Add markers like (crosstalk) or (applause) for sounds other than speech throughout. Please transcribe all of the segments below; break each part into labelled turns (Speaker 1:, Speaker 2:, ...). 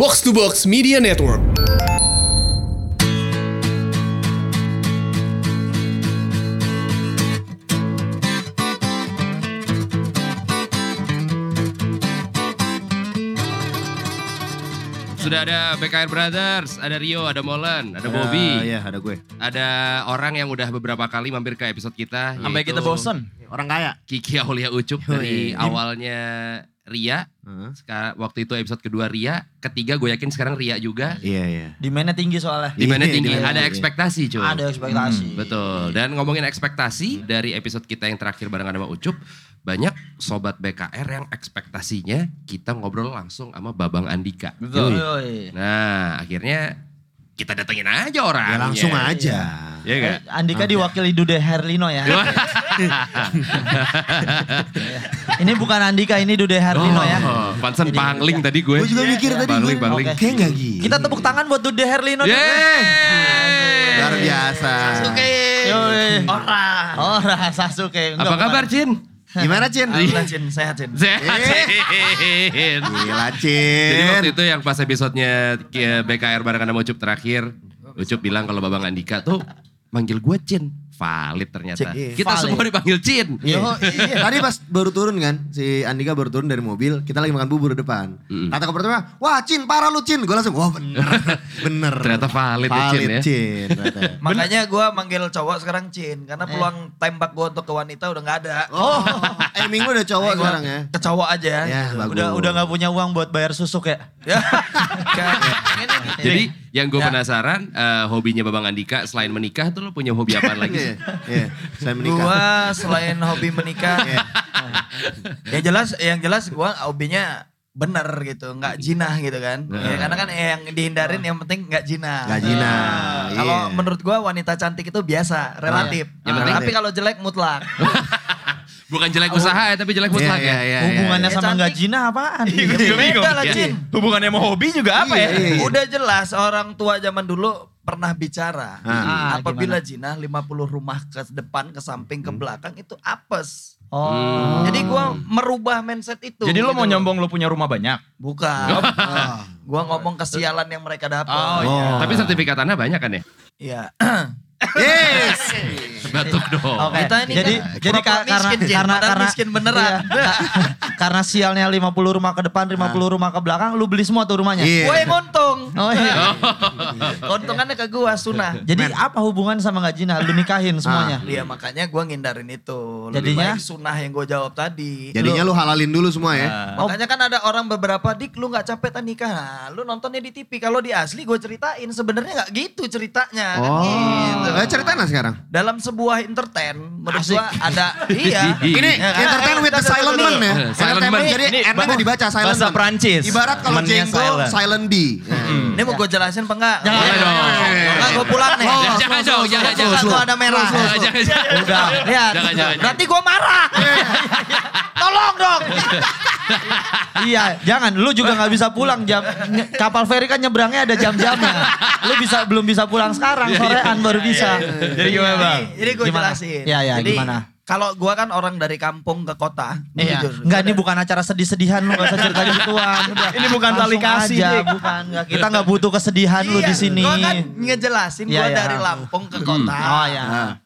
Speaker 1: Box to Box Media Network.
Speaker 2: Sudah ada BKR Brothers, ada Rio, ada Molen, ada Bobby,
Speaker 3: Iya, ada gue.
Speaker 2: ada orang yang udah beberapa kali mampir ke episode kita.
Speaker 4: Sampai
Speaker 2: yaitu
Speaker 4: kita bosen.
Speaker 3: Orang kaya.
Speaker 2: Kiki Aulia Ucup dari awalnya Ria. Sekarang waktu itu episode kedua Ria, ketiga gue yakin sekarang Ria juga.
Speaker 3: Iya, iya.
Speaker 4: Demandnya tinggi soalnya.
Speaker 2: Di mana
Speaker 3: Iya,
Speaker 2: tinggi
Speaker 3: iya,
Speaker 2: ada
Speaker 3: iya.
Speaker 2: ekspektasi cuy.
Speaker 4: Ada ekspektasi.
Speaker 2: Betul. Dan ngomongin ekspektasi dari episode kita yang terakhir bareng sama Ucup, banyak sobat BKR yang ekspektasinya kita ngobrol langsung sama Babang Andika.
Speaker 4: Betul.
Speaker 2: Yoi. Nah, akhirnya kita datengin aja orang.
Speaker 3: Ya langsung aja.
Speaker 2: Iya enggak?
Speaker 4: Eh, Andika diwakili Dude Herlino ya. (laughs) ini bukan Andika, ini Dude Herlino ya.
Speaker 2: Pansen Oh, pangling tadi gue.
Speaker 3: Gue juga mikir tadi
Speaker 2: Bangling,
Speaker 3: gue.
Speaker 2: bangling.
Speaker 4: Oke.
Speaker 3: Kayak gak gitu.
Speaker 4: Kita tepuk tangan buat Dude Herlino. dulu.
Speaker 2: Yeay!
Speaker 3: Luar biasa.
Speaker 4: Yoi. Ora. Ora Sasuke. Enggak,
Speaker 2: Apa kabar,
Speaker 4: bukan.
Speaker 2: Cin?
Speaker 3: Gimana, Cin?
Speaker 4: Alhamdulillah, Cin. Sehat, Cin.
Speaker 2: Sehat,
Speaker 3: Iya.
Speaker 2: Cin. (laughs)
Speaker 3: Gila,
Speaker 2: Jadi waktu
Speaker 3: Cin.
Speaker 2: itu yang pas episodenya eh, BKR bareng sama Ucup terakhir, Ucup bilang kalau Babang Andika tuh manggil gue Cin. Valid ternyata.
Speaker 3: Cin, iya.
Speaker 2: Kita
Speaker 4: Valid.
Speaker 2: semua dipanggil Cin.
Speaker 3: Yo, iya. Tadi pas baru turun kan, si Andika baru turun dari mobil, kita lagi makan bubur depan. Kata ke pertama, wah Cin, parah lu Cin. Gue langsung, wah
Speaker 2: (laughs)
Speaker 3: bener, bener.
Speaker 2: Ternyata valid ya, Cin, ya.
Speaker 3: Cin, ternyata.
Speaker 5: Makanya gue manggil cowok sekarang Cin.
Speaker 4: Eh.
Speaker 5: Karena peluang tembak gue untuk ke wanita udah gak ada.
Speaker 3: Oh, (laughs) eh Minggu udah cowok sekarang ya.
Speaker 5: Ke cowok aja.
Speaker 3: Ya, bagus.
Speaker 4: Udah udah nggak punya uang buat bayar susuk ya.
Speaker 3: (laughs)
Speaker 5: Ya.
Speaker 3: Kan.
Speaker 5: Kayak gini nih.
Speaker 2: Jadi
Speaker 3: Iya.
Speaker 2: yang gue penasaran eh, hobinya Babang Andika selain menikah tuh lo punya hobi apa lagi
Speaker 3: Iya,
Speaker 2: sih?
Speaker 3: iya. Saya menikah.
Speaker 5: Gua selain hobi menikah,
Speaker 3: Iya.
Speaker 5: ya jelas, yang jelas gua hobinya bener gitu, nggak jinah gitu kan. Ya, karena kan yang dihindarin yang penting nggak jinah.
Speaker 3: Nggak jinah,
Speaker 5: Nah,
Speaker 3: iya.
Speaker 5: Kalau menurut gua wanita cantik itu biasa, relatif.
Speaker 2: Yang penting-
Speaker 5: Tapi kalau jelek mutlak.
Speaker 2: Bukan jelek usaha ya, tapi jelek mutlak ya.
Speaker 4: Hubungannya
Speaker 5: iya.
Speaker 4: sama
Speaker 5: Cantik.
Speaker 4: gajinya apaan?
Speaker 5: Ya, beda lah,
Speaker 2: Iya.
Speaker 5: Cin.
Speaker 4: Hubungannya mau hobi juga
Speaker 3: apa ya? Iya.
Speaker 5: Udah jelas orang tua zaman dulu pernah bicara.
Speaker 3: Ah.
Speaker 5: apabila jinah 50 rumah ke depan, ke samping, ke belakang itu apes. Hmm.
Speaker 4: Oh.
Speaker 5: Jadi gua merubah mindset itu.
Speaker 6: Hmm. Jadi lo
Speaker 5: gitu.
Speaker 6: mau nyombong lo punya rumah banyak?
Speaker 5: Bukan. Oh, gua ngomong kesialan yang mereka dapat.
Speaker 4: Ah.
Speaker 2: Tapi sertifikat tanah banyak kan ya?
Speaker 5: Iya.
Speaker 3: Yes.
Speaker 2: Batuk dong.
Speaker 4: Oke.
Speaker 5: Kita ini
Speaker 4: jadi
Speaker 5: kan
Speaker 4: jadi
Speaker 5: pura-pura
Speaker 4: ka- karena
Speaker 5: miskin, Jin.
Speaker 4: karena
Speaker 5: Padahal
Speaker 4: karena
Speaker 5: miskin beneran.
Speaker 4: Iya. (laughs) karena sialnya 50 rumah ke depan, 50 rumah ke belakang, lu beli semua tuh rumahnya.
Speaker 3: Nah. Iya.
Speaker 5: Gue yang untung.
Speaker 4: Oh
Speaker 5: (laughs)
Speaker 4: iya.
Speaker 5: Untungannya ke gua sunah.
Speaker 4: Jadi apa hubungan sama Gajina? Lu nikahin
Speaker 3: Ah.
Speaker 4: semuanya.
Speaker 5: Iya makanya gua ngindarin itu. Lebih
Speaker 4: Jadinya?
Speaker 5: baik sunah yang gue jawab tadi.
Speaker 3: Jadinya lu halalin dulu semua ya.
Speaker 4: Oh.
Speaker 5: Makanya kan ada orang beberapa dik lu nggak capek tan nikah. Nah, lu nontonnya di TV. Kalau di asli gue ceritain sebenarnya nggak gitu ceritanya. Kan gitu.
Speaker 3: Eh, cerita nah sekarang.
Speaker 5: Dalam sebuah entertain menurut gua
Speaker 6: (laughs)
Speaker 5: ada iya.
Speaker 2: Ini
Speaker 3: Ini entertain with the silent man ya.
Speaker 2: Eh, silent
Speaker 3: Entertainment,
Speaker 2: man.
Speaker 3: Jadi M-nya nggak dibaca silent
Speaker 6: bahasa
Speaker 3: man.
Speaker 6: Prancis.
Speaker 3: Ibarat kalau
Speaker 6: Mennya
Speaker 3: jenggo
Speaker 6: silent.
Speaker 3: silent D.
Speaker 5: Ini mau gue jelasin apa enggak?
Speaker 4: Jangan. Oh,
Speaker 6: Iya.
Speaker 2: Boleh dong.
Speaker 5: Enggak gue pulang nih.
Speaker 3: Oh.
Speaker 2: Jangan, jangan dong, jangan,
Speaker 5: Bukan
Speaker 2: jangan.
Speaker 5: gua ada merah.
Speaker 2: Jangan, jangan, jangan.
Speaker 5: Udah,
Speaker 4: Iya.
Speaker 5: lihat.
Speaker 2: Jangan, jangan, jangan.
Speaker 5: Nanti gue marah.
Speaker 3: Iya.
Speaker 5: Tolong dong.
Speaker 4: iya, jangan. Lu juga nggak bisa pulang jam nye- kapal feri kan nyebrangnya ada jam-jamnya. Lu bisa belum bisa pulang
Speaker 6: Iya,
Speaker 4: sekarang, sorean baru bisa. Iya,
Speaker 6: Jadi gimana bang?
Speaker 5: Jadi, jadi gue
Speaker 4: Gimana?
Speaker 5: jelasin.
Speaker 4: Iya, iya,
Speaker 5: Jadi,
Speaker 4: gimana?
Speaker 5: Kalau gua kan orang dari kampung ke kota.
Speaker 4: Iya.
Speaker 5: jujur.
Speaker 4: Enggak ini bukan acara sedih-sedihan lu gak usah cerita gituan. Udah,
Speaker 6: Ini bukan tali
Speaker 4: langsung
Speaker 6: kasih,
Speaker 4: aja,
Speaker 6: Dik.
Speaker 4: bukan. Nggak, kita nggak butuh kesedihan lu di sini.
Speaker 5: Gue kan ngejelasin
Speaker 4: Iya,
Speaker 5: gue
Speaker 4: iya.
Speaker 5: dari Lampung ke kota.
Speaker 4: Oh ya.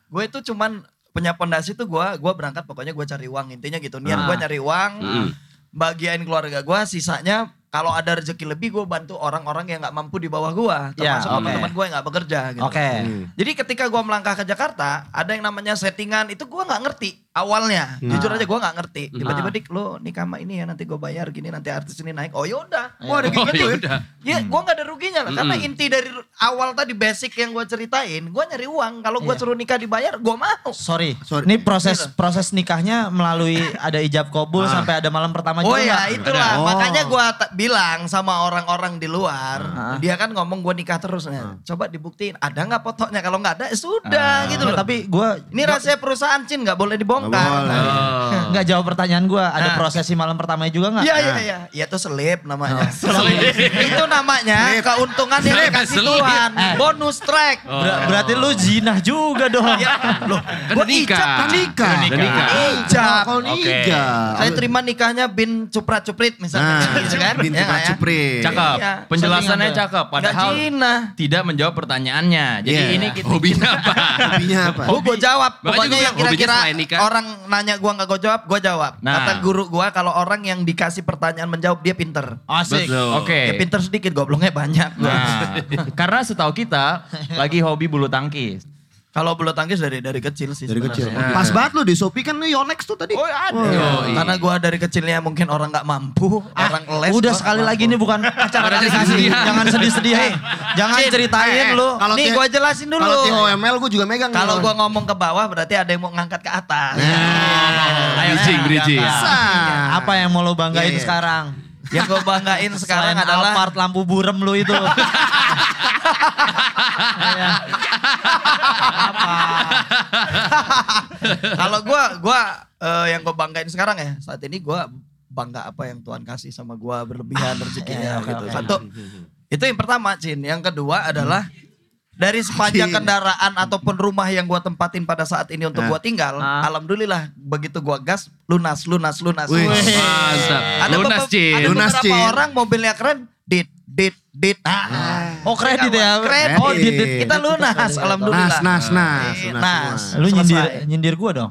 Speaker 5: Gue itu cuman punya pondasi tuh gue gue berangkat pokoknya gue cari uang intinya gitu niat
Speaker 4: Ah.
Speaker 5: gue nyari uang
Speaker 2: Mm.
Speaker 5: bagian keluarga gue sisanya kalau ada rezeki lebih gue bantu orang-orang yang nggak mampu di bawah gue
Speaker 4: Ya,
Speaker 5: termasuk
Speaker 4: oke.
Speaker 5: teman-teman gue yang nggak bekerja gitu
Speaker 4: Oke.
Speaker 5: jadi ketika gue melangkah ke Jakarta ada yang namanya settingan itu gue nggak ngerti awalnya
Speaker 4: Nah.
Speaker 5: jujur aja gue nggak ngerti tiba-tiba dik lo nikah sama ini ya nanti gue bayar gini nanti artis ini naik oh yaudah
Speaker 4: Iya.
Speaker 5: gue
Speaker 4: (laughs)
Speaker 5: ada
Speaker 2: Oh,
Speaker 5: kayak gitu ya.
Speaker 2: yaudah.
Speaker 5: Ya, gue nggak ada ruginya lah. Karena inti dari awal tadi basic yang gue ceritain, gue nyari uang. Kalau gue suruh nikah dibayar, gue mau.
Speaker 4: Sorry.
Speaker 3: Sorry.
Speaker 4: Ini
Speaker 5: Iya.
Speaker 4: proses proses nikahnya melalui ada ijab kobul sampai ada malam pertama juga
Speaker 5: Oh ya
Speaker 4: nggak?
Speaker 5: itulah
Speaker 3: Oh.
Speaker 5: makanya gue bilang sama orang-orang di luar dia kan ngomong gue nikah terus nah, coba dibuktiin ada nggak fotonya kalau nggak ada ya sudah gitu
Speaker 4: Nggak,
Speaker 5: loh.
Speaker 4: tapi gue
Speaker 5: ini rahasia perusahaan Cin nggak boleh dibongkar.
Speaker 3: Nah,
Speaker 2: Oh.
Speaker 4: (laughs) nggak jawab pertanyaan gue. Ada
Speaker 5: Nah.
Speaker 4: prosesi malam pertamanya juga nggak?
Speaker 5: Iya iya iya. Ya itu selip namanya. Selip. itu namanya keuntungan yang
Speaker 2: Selip,
Speaker 5: dikasih
Speaker 2: selip.
Speaker 5: bukan. Bonus track.
Speaker 4: Ber- berarti lu jinah juga dong.
Speaker 5: Loh,
Speaker 2: Kan
Speaker 5: gua
Speaker 2: nikah.
Speaker 5: ijab,
Speaker 3: Kan nikah.
Speaker 6: Kan nikah.
Speaker 5: Ijab.
Speaker 3: Kalau nikah.
Speaker 5: Saya terima nikahnya bin cuprat cuprit misalnya.
Speaker 3: Ah, Nah,
Speaker 5: (laughs) gitu kan?
Speaker 3: bin
Speaker 5: Ya,
Speaker 3: cuprat
Speaker 5: ya.
Speaker 3: cuprit.
Speaker 6: Cakep.
Speaker 5: Iya.
Speaker 6: Ah, Penjelasannya
Speaker 4: Settingan
Speaker 6: cakep.
Speaker 5: Nggak
Speaker 6: Padahal
Speaker 5: Cina.
Speaker 6: tidak menjawab pertanyaannya. Jadi
Speaker 3: Iya.
Speaker 6: ini kita
Speaker 2: Hobinya apa?
Speaker 3: Hobinya apa?
Speaker 5: Gue gue jawab.
Speaker 2: Makanya gua
Speaker 5: Pokoknya yang
Speaker 2: bilang, hobinya
Speaker 5: kira-kira
Speaker 2: selain nikah.
Speaker 5: orang nanya gua nggak gue jawab, gue jawab.
Speaker 6: Nah.
Speaker 5: Kata guru gua kalau orang yang dikasih pertanyaan menjawab dia pinter.
Speaker 4: Asik.
Speaker 2: Betul.
Speaker 6: Oke.
Speaker 5: Ya pinter sedikit, goblongnya banyak.
Speaker 6: Nah, karena setahu kita lagi hobi bulu tangkis.
Speaker 5: Kalau bulu tangkis dari dari kecil sih.
Speaker 3: Dari kecil.
Speaker 5: sebenarnya.
Speaker 3: Pas banget lu di Shopee kan lu Yonex tuh tadi.
Speaker 6: Oh, ada.
Speaker 2: Yoi.
Speaker 5: Karena gua dari kecilnya mungkin orang nggak mampu, orang les.
Speaker 4: Udah
Speaker 5: gua
Speaker 4: sekali
Speaker 5: nggak
Speaker 4: lagi
Speaker 5: mampu.
Speaker 4: ini bukan acara dedikasi.
Speaker 2: sedih-sedihan.
Speaker 4: Jangan sedih-sedih.
Speaker 5: Eh,
Speaker 4: Jangan
Speaker 5: Cin,
Speaker 4: ceritain
Speaker 5: eh, eh,
Speaker 4: lu.
Speaker 5: Kalau
Speaker 3: Nih,
Speaker 5: Nih
Speaker 3: gua
Speaker 5: gue jelasin dulu.
Speaker 3: Kalau TOML gue juga megang.
Speaker 5: Kalau
Speaker 3: nih.
Speaker 5: gua ngomong ke bawah berarti ada yang mau ngangkat ke atas.
Speaker 6: Ayo,
Speaker 2: Bridging,
Speaker 6: Kak.
Speaker 2: bridging.
Speaker 3: Bisa.
Speaker 4: Apa yang mau lo banggain
Speaker 3: Iya, iya.
Speaker 4: sekarang?
Speaker 5: Yang gue banggain sekarang
Speaker 4: Selain
Speaker 5: adalah
Speaker 4: Alphard lampu burem lu itu. Iya.
Speaker 5: kalau gua gua eh, yang gue banggain sekarang ya saat ini gua bangga apa yang Tuhan kasih sama gua berlebihan
Speaker 4: Iya,
Speaker 5: rezekinya
Speaker 4: oke,
Speaker 5: gitu.
Speaker 4: oke. Hmm.
Speaker 5: Satu itu yang pertama Cin, yang kedua adalah dari
Speaker 4: Iya.
Speaker 5: sepanjang
Speaker 3: Cin.
Speaker 5: kendaraan ataupun rumah yang gua tempatin pada saat ini untuk
Speaker 3: Ah.
Speaker 5: gua tinggal,
Speaker 4: Ah.
Speaker 5: alhamdulillah begitu gua gas lunas lunas lunas.
Speaker 3: Wih.
Speaker 5: lunas.
Speaker 2: Mantap.
Speaker 5: Ada,
Speaker 2: Lunas,
Speaker 5: beberapa-
Speaker 2: Cin.
Speaker 5: ada
Speaker 3: Lunas,
Speaker 5: beberapa
Speaker 3: Cin.
Speaker 5: orang mobilnya keren, dit dit dit. Ah.
Speaker 4: Oh kredit ya.
Speaker 5: Kredit.
Speaker 4: Oh dit, dit.
Speaker 5: Kita lunas, alhamdulillah.
Speaker 3: Nas, nas, nas.
Speaker 5: Iya,
Speaker 3: lunas
Speaker 5: nas.
Speaker 3: semua.
Speaker 4: Lu nyindir,
Speaker 5: Selesai.
Speaker 4: nyindir gua dong.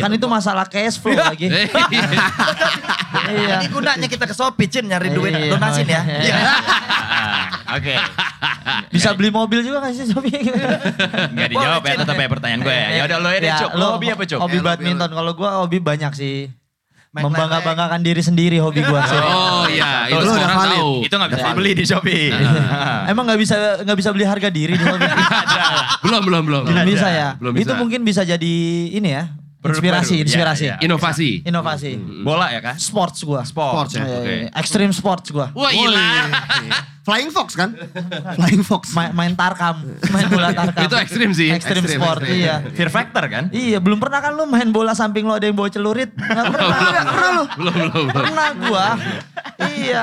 Speaker 4: kan itu masalah cash flow
Speaker 2: (laughs)
Speaker 4: lagi.
Speaker 2: Iya.
Speaker 5: Nah, Ini gunanya kita ke Shopee, Cin, nyari duit.
Speaker 4: Iya.
Speaker 5: Donasin ya.
Speaker 4: Iya.
Speaker 5: Iya.
Speaker 6: Ah, Oke.
Speaker 4: Bisa beli mobil juga kan sih Sofi?
Speaker 6: Enggak dijawab ya tetap ya pertanyaan
Speaker 4: Iya,
Speaker 6: gue ya. Ya udah lo ya deh, Cuk. Lo hobi apa, Cuk?
Speaker 4: Hobi
Speaker 3: Ya, lo hobi
Speaker 4: badminton. Kalau gua hobi banyak sih.
Speaker 5: Main
Speaker 4: Membangga-banggakan diri sendiri hobi gua sih.
Speaker 2: (laughs) Oh iya, itu
Speaker 6: Lu
Speaker 2: semua
Speaker 3: udah
Speaker 2: orang
Speaker 3: valid.
Speaker 2: tahu.
Speaker 6: Nah, Itu nggak bisa dibeli di Shopee.
Speaker 4: Emang nggak bisa nggak bisa beli harga diri di Shopee?
Speaker 2: Belum, belum, belum.
Speaker 4: Belum bisa ya.
Speaker 2: Belum bisa.
Speaker 4: Itu mungkin bisa jadi ini ya.
Speaker 6: Produk baru.
Speaker 4: Inspirasi,
Speaker 6: Ya,
Speaker 4: inspirasi.
Speaker 2: iya,
Speaker 6: ya.
Speaker 2: Inovasi.
Speaker 4: Inovasi.
Speaker 6: (laughs) Bola ya kan?
Speaker 4: Sports gua.
Speaker 6: Sport.
Speaker 3: Sports ya.
Speaker 4: Iya,
Speaker 6: Oke.
Speaker 4: iya, iya. Extreme sports gua.
Speaker 2: Wah, ilah.
Speaker 3: Flying Fox kan? Flying Fox.
Speaker 4: Ma- main tarkam, main bola tarkam.
Speaker 2: Itu ekstrim sih.
Speaker 4: Extreme,
Speaker 3: Ekstrim,
Speaker 4: sport,
Speaker 3: ekstrim.
Speaker 4: iya.
Speaker 6: Fear factor kan?
Speaker 4: Iya, belum pernah kan lu main bola samping lu ada yang bawa celurit? Nggak
Speaker 2: (laughs)
Speaker 4: pernah. Nggak pernah lu.
Speaker 2: Belum, belum, belum.
Speaker 4: Pernah gua. iya.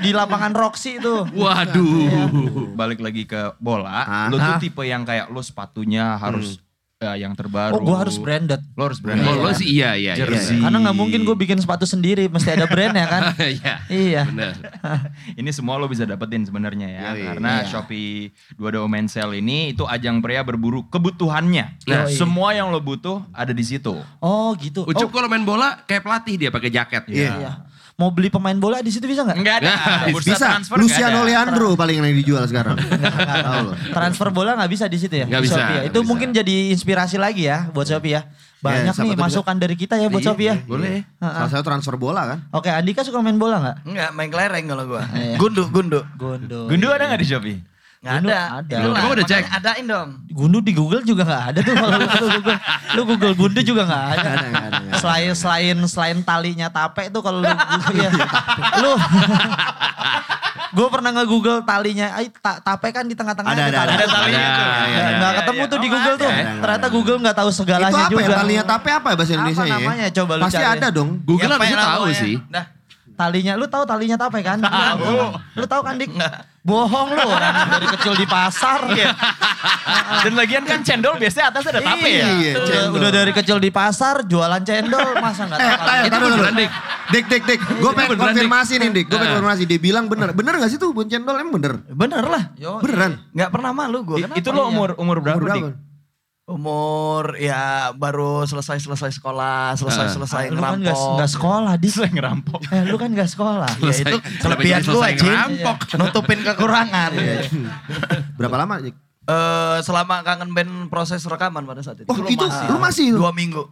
Speaker 4: Di lapangan Roxy itu.
Speaker 2: Waduh.
Speaker 6: Balik lagi ke bola,
Speaker 3: Ah.
Speaker 6: lo tuh tipe yang kayak lo sepatunya harus eh, yang
Speaker 4: Oh,
Speaker 6: terbaru.
Speaker 4: gua harus branded.
Speaker 6: Lo harus brand.
Speaker 2: Kalau lo sih iya, iya. iya.
Speaker 6: ya? Jersey.
Speaker 4: Karena nggak mungkin gue bikin sepatu sendiri, mesti ada brand ya kan?
Speaker 2: (laughs) Iya.
Speaker 4: iya.
Speaker 2: Benar.
Speaker 6: (laughs) Ini semua lo bisa dapetin sebenarnya ya.
Speaker 3: Yoi.
Speaker 6: Karena Shopee dua domain sale ini itu ajang pria berburu kebutuhannya.
Speaker 4: Nah.
Speaker 6: Yoi. semua yang lo butuh ada di situ.
Speaker 4: Oh gitu.
Speaker 2: Ucup
Speaker 4: Oh,
Speaker 2: kalau main bola kayak pelatih dia pakai jaket.
Speaker 3: Iya.
Speaker 4: iya. Mau beli pemain bola di situ bisa nggak?
Speaker 6: Enggak ada. Bursa
Speaker 3: Bisa,
Speaker 6: transfer nggak
Speaker 3: Luciano
Speaker 6: ada.
Speaker 3: Leandro paling yang dijual sekarang. Tahu lu.
Speaker 4: Transfer bola nggak bisa di situ ya?
Speaker 2: Nggak
Speaker 4: Di
Speaker 2: bisa,
Speaker 4: Shopee ya?
Speaker 2: nggak
Speaker 4: Itu
Speaker 2: bisa.
Speaker 4: mungkin jadi inspirasi lagi ya buat Shopee ya. Banyak
Speaker 3: siapa
Speaker 4: nih
Speaker 3: tahu
Speaker 4: masukan dari kita ya buat
Speaker 2: Iya,
Speaker 4: Shopee ya.
Speaker 2: Boleh.
Speaker 3: Salah satu transfer bola kan?
Speaker 4: Oke, Andika suka main bola nggak?
Speaker 5: Enggak, main kelereng kalau gua.
Speaker 4: Iya.
Speaker 5: Gundu, gundu.
Speaker 4: Gundu.
Speaker 6: Gundu ada nggak di Shopee?
Speaker 5: Enggak
Speaker 4: Gundu
Speaker 5: ada.
Speaker 4: ada.
Speaker 5: Itulah,
Speaker 2: Emang udah
Speaker 5: makanya
Speaker 2: cek?
Speaker 5: Adain dong.
Speaker 4: Gundu di Google juga nggak ada tuh (laughs) kalau lu lu Google. Lu Google Gundu juga nggak ada.
Speaker 3: Nggak ada, nggak ada, nggak ada.
Speaker 4: Selain selain selain talinya tape tuh kalau lu
Speaker 3: (laughs)
Speaker 4: Google
Speaker 3: Iya,
Speaker 4: ya. Lu (laughs) Gue pernah nge-google talinya, ay, ta- tape kan di tengah-tengah
Speaker 3: Ada, ada,
Speaker 4: tali.
Speaker 3: ada Iya,
Speaker 2: Ada,
Speaker 6: tali itu.
Speaker 2: ada,
Speaker 4: Nggak-
Speaker 2: ada.
Speaker 4: nggak ketemu tuh di Google tuh.
Speaker 3: ada, ada.
Speaker 4: Ternyata Google nggak tahu
Speaker 3: Itu
Speaker 4: segalanya
Speaker 3: apa
Speaker 4: juga.
Speaker 3: ya? Talinya tape apa ya bahasa Indonesia ya?
Speaker 4: namanya? Coba lu
Speaker 3: Pasti
Speaker 4: cari.
Speaker 3: ada dong.
Speaker 2: Google
Speaker 6: Iya,
Speaker 5: Ya,
Speaker 2: harusnya
Speaker 5: pengen
Speaker 2: tahu
Speaker 5: namanya.
Speaker 2: sih.
Speaker 6: Nah.
Speaker 5: Dah.
Speaker 4: Talinya, lu tahu talinya tape kan? Tahu. Lu tahu kan Dik? Bohong lu orang dari kecil di pasar.
Speaker 6: (laughs) Dan lagian kan cendol biasanya atas ada tape
Speaker 3: Iya,
Speaker 6: ya.
Speaker 4: Udah-
Speaker 3: cendol.
Speaker 4: Udah dari kecil di pasar jualan cendol masa nggak
Speaker 3: Eh,
Speaker 4: tahu. talinya?
Speaker 3: taruh,
Speaker 2: Itu
Speaker 3: taruh, taruh.
Speaker 2: beneran, Dik.
Speaker 3: Dik, dik, dik. Gue pengen
Speaker 2: beneran, Dik.
Speaker 3: konfirmasi nih, Dik. Gue pengen konfirmasi. Dia bilang bener. Bener gak sih tuh Bun Cendol? Emang bener?
Speaker 5: Bener lah.
Speaker 3: Beneran?
Speaker 5: Enggak pernah malu gua.
Speaker 6: I-
Speaker 5: Kenapa?
Speaker 6: Itu lo
Speaker 5: Iya.
Speaker 6: umur umur berapa,
Speaker 3: Umur
Speaker 6: Dik?
Speaker 3: (laughs)
Speaker 5: umur ya baru selesai-selesai sekolah, selesai-selesai
Speaker 4: Lu kan nggak
Speaker 5: ngerampok.
Speaker 4: nggak sekolah di.
Speaker 6: Selain ngerampok.
Speaker 4: Eh, lu kan nggak sekolah.
Speaker 5: Ya itu
Speaker 2: Selesai-
Speaker 5: kelebihan
Speaker 2: selesai
Speaker 5: gua, Cin.
Speaker 2: ngerampok.
Speaker 4: Iya.
Speaker 5: Nutupin kekurangan.
Speaker 3: Berapa lama, Dik?
Speaker 5: Eh, selama kangen band proses rekaman pada saat itu.
Speaker 3: Oh, itu
Speaker 5: masih-
Speaker 3: lu masih?
Speaker 5: dua minggu.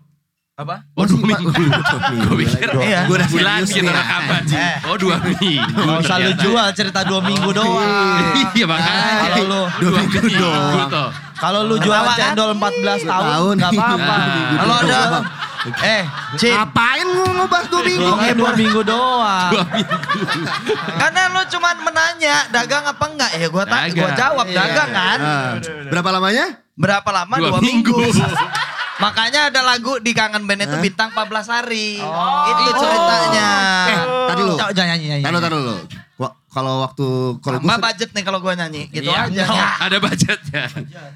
Speaker 5: Apa?
Speaker 2: Oh dua minggu. Gue pikir
Speaker 5: Iya.
Speaker 2: dua
Speaker 3: udah
Speaker 2: bulan
Speaker 3: serius
Speaker 2: kita
Speaker 3: nih. ya?
Speaker 2: rekaman. gitu, Oh dua minggu.
Speaker 4: Gak usah lu
Speaker 2: ternyata.
Speaker 4: jual cerita dua minggu doang.
Speaker 2: Iya makanya.
Speaker 4: Kalau lu
Speaker 2: dua minggu dong.
Speaker 4: kalau lu jual
Speaker 5: Ketawa kan?
Speaker 4: cendol 14 tahun
Speaker 3: Tahun.
Speaker 4: nggak apa-apa.
Speaker 5: Kalau ada eh Cin,
Speaker 3: Ngapain lu ngebahas dua minggu?
Speaker 4: Ngomongnya dua minggu doang.
Speaker 5: karena lu cuman menanya dagang apa enggak ya gua tak
Speaker 2: Dagang.
Speaker 5: gua jawab
Speaker 4: Iya.
Speaker 5: dagang kan.
Speaker 3: Ah, Berapa lamanya?
Speaker 5: Berapa lama?
Speaker 2: Dua
Speaker 5: Dua, minggu.
Speaker 2: (laughs) minggu. Eh?
Speaker 5: Makanya ada lagu di kangen band itu bintang 14 hari. Itu ceritanya.
Speaker 3: Eh, tadi lu.
Speaker 4: Cok, Jangan nyanyi nyanyi.
Speaker 3: Iya. Taruh, taruh lu. Gua- kalau waktu kalau gue
Speaker 5: Sama budget nih kalau gue nyanyi. Gitu
Speaker 2: Iya,
Speaker 5: aja.
Speaker 2: Ada budgetnya.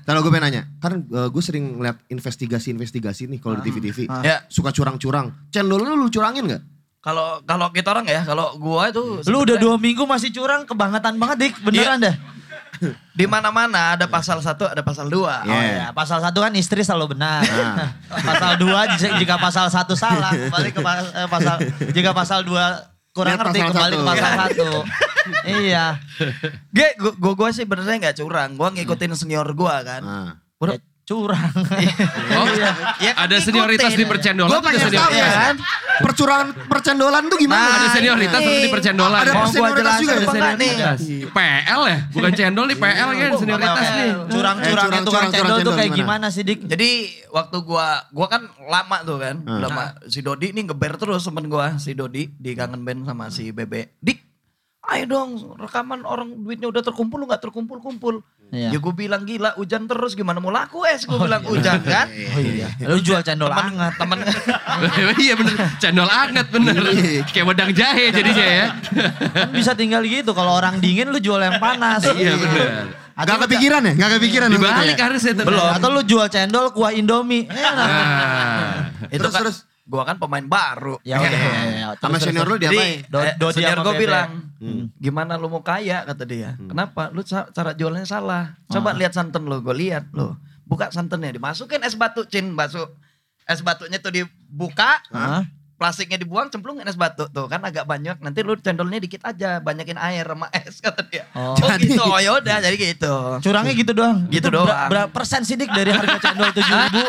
Speaker 3: kalau gue pengen nanya, kan gue sering ngeliat investigasi-investigasi nih kalau di TV-TV.
Speaker 5: Ah. Ya.
Speaker 3: Suka curang-curang. Channel lu lu curangin gak?
Speaker 5: Kalau kalau kita orang ya, kalau gue itu
Speaker 4: Lu udah dua minggu masih curang, kebangetan banget dik, beneran dah.
Speaker 5: di mana-mana ada pasal satu, ada pasal dua.
Speaker 3: Iya.
Speaker 4: Oh ya, pasal satu kan istri selalu benar.
Speaker 3: Nah.
Speaker 4: pasal dua j- jika pasal satu
Speaker 3: (laughs)
Speaker 4: salah, kembali ke pas- eh, pasal jika pasal dua kurang
Speaker 3: Lihat
Speaker 4: ngerti
Speaker 3: pasal
Speaker 4: kembali ke
Speaker 3: satu. (laughs)
Speaker 4: pasal satu. iya.
Speaker 5: Gue gue gue sih benernya nggak curang. Gue ngikutin senior gue kan. (laughs)
Speaker 3: Nah.
Speaker 4: Ya, curang.
Speaker 2: Oh,
Speaker 5: Ya,
Speaker 2: ada
Speaker 5: ngikutin.
Speaker 2: senioritas di percendolan.
Speaker 3: Gue
Speaker 2: tuh ada
Speaker 3: pengen tahu
Speaker 2: senioritas.
Speaker 3: ya kan. Percurangan percendolan tuh gimana?
Speaker 2: Ada
Speaker 5: Nah,
Speaker 2: senioritas
Speaker 5: ini.
Speaker 2: tapi di percendolan.
Speaker 3: Ada
Speaker 5: Mau gue
Speaker 3: senioritas
Speaker 5: jelasin
Speaker 3: juga
Speaker 5: apa
Speaker 3: ya,
Speaker 5: enggak nih?
Speaker 2: PL ya? Bukan cendol nih PL kan senioritas
Speaker 4: Iya.
Speaker 2: nih.
Speaker 4: Curang-curang
Speaker 3: Eh, curang,
Speaker 4: itu kan
Speaker 3: curang,
Speaker 4: cendol
Speaker 3: curang,
Speaker 4: tuh kayak
Speaker 3: gimana?
Speaker 4: gimana sih dik?
Speaker 5: Hmm. Jadi waktu gua gua kan lama tuh kan,
Speaker 3: Hmm.
Speaker 5: lama
Speaker 4: Nah.
Speaker 5: si Dodi ini ngeber terus temen gua, si Dodi di kangen band sama
Speaker 4: Hmm.
Speaker 5: si Bebe. Dik, ayo dong rekaman orang duitnya udah terkumpul lu nggak terkumpul-kumpul.
Speaker 4: Iya.
Speaker 5: Ya gua bilang gila hujan terus gimana mau laku es gua bilang hujan kan.
Speaker 4: Oh iya. Lu jual cendol anget.
Speaker 5: Temen
Speaker 2: (laughs) Iya bener, cendol anget bener. Kayak wedang jahe jadinya ya.
Speaker 4: Kan bisa tinggal gitu kalau orang dingin lu jual yang panas.
Speaker 2: Iya bener.
Speaker 3: Gak kepikiran ya? Gak kepikiran. lu
Speaker 2: Dibalik kan?
Speaker 3: ya?
Speaker 2: harusnya tuh.
Speaker 4: Belum. Atau lu jual cendol kuah Indomie.
Speaker 3: Nah.
Speaker 4: Enak.
Speaker 2: Ah.
Speaker 5: itu
Speaker 3: Terus,
Speaker 5: kan,
Speaker 3: terus.
Speaker 5: gua kan pemain baru.
Speaker 4: Ya udah. ya, ya, ya.
Speaker 3: Sama
Speaker 4: Terus,
Speaker 3: senior
Speaker 4: terus,
Speaker 3: lu
Speaker 4: terus.
Speaker 3: diapain?
Speaker 5: Jadi,
Speaker 4: Do-
Speaker 5: eh,
Speaker 4: Dodi
Speaker 5: senior
Speaker 4: apa
Speaker 5: gue
Speaker 4: Bebe?
Speaker 5: bilang, gimana lu mau kaya kata dia. Kenapa? Lu ca- cara jualnya salah. Coba lihat santan lu, gue lihat lu. Buka santannya, dimasukin es batu, Cin, masuk. Es batunya tuh dibuka,
Speaker 4: Hah?
Speaker 5: plastiknya dibuang, cemplungin es batu tuh. Kan agak banyak, nanti lu cendolnya dikit aja, banyakin air sama es (laughs) kata dia.
Speaker 4: Oh.
Speaker 5: Oh, gitu, oh yaudah jadi gitu.
Speaker 4: Curangnya gitu doang.
Speaker 5: Gitu
Speaker 4: Itu ber-
Speaker 5: doang.
Speaker 4: Berapa persen sih dik dari harga cendol 7000 ribu?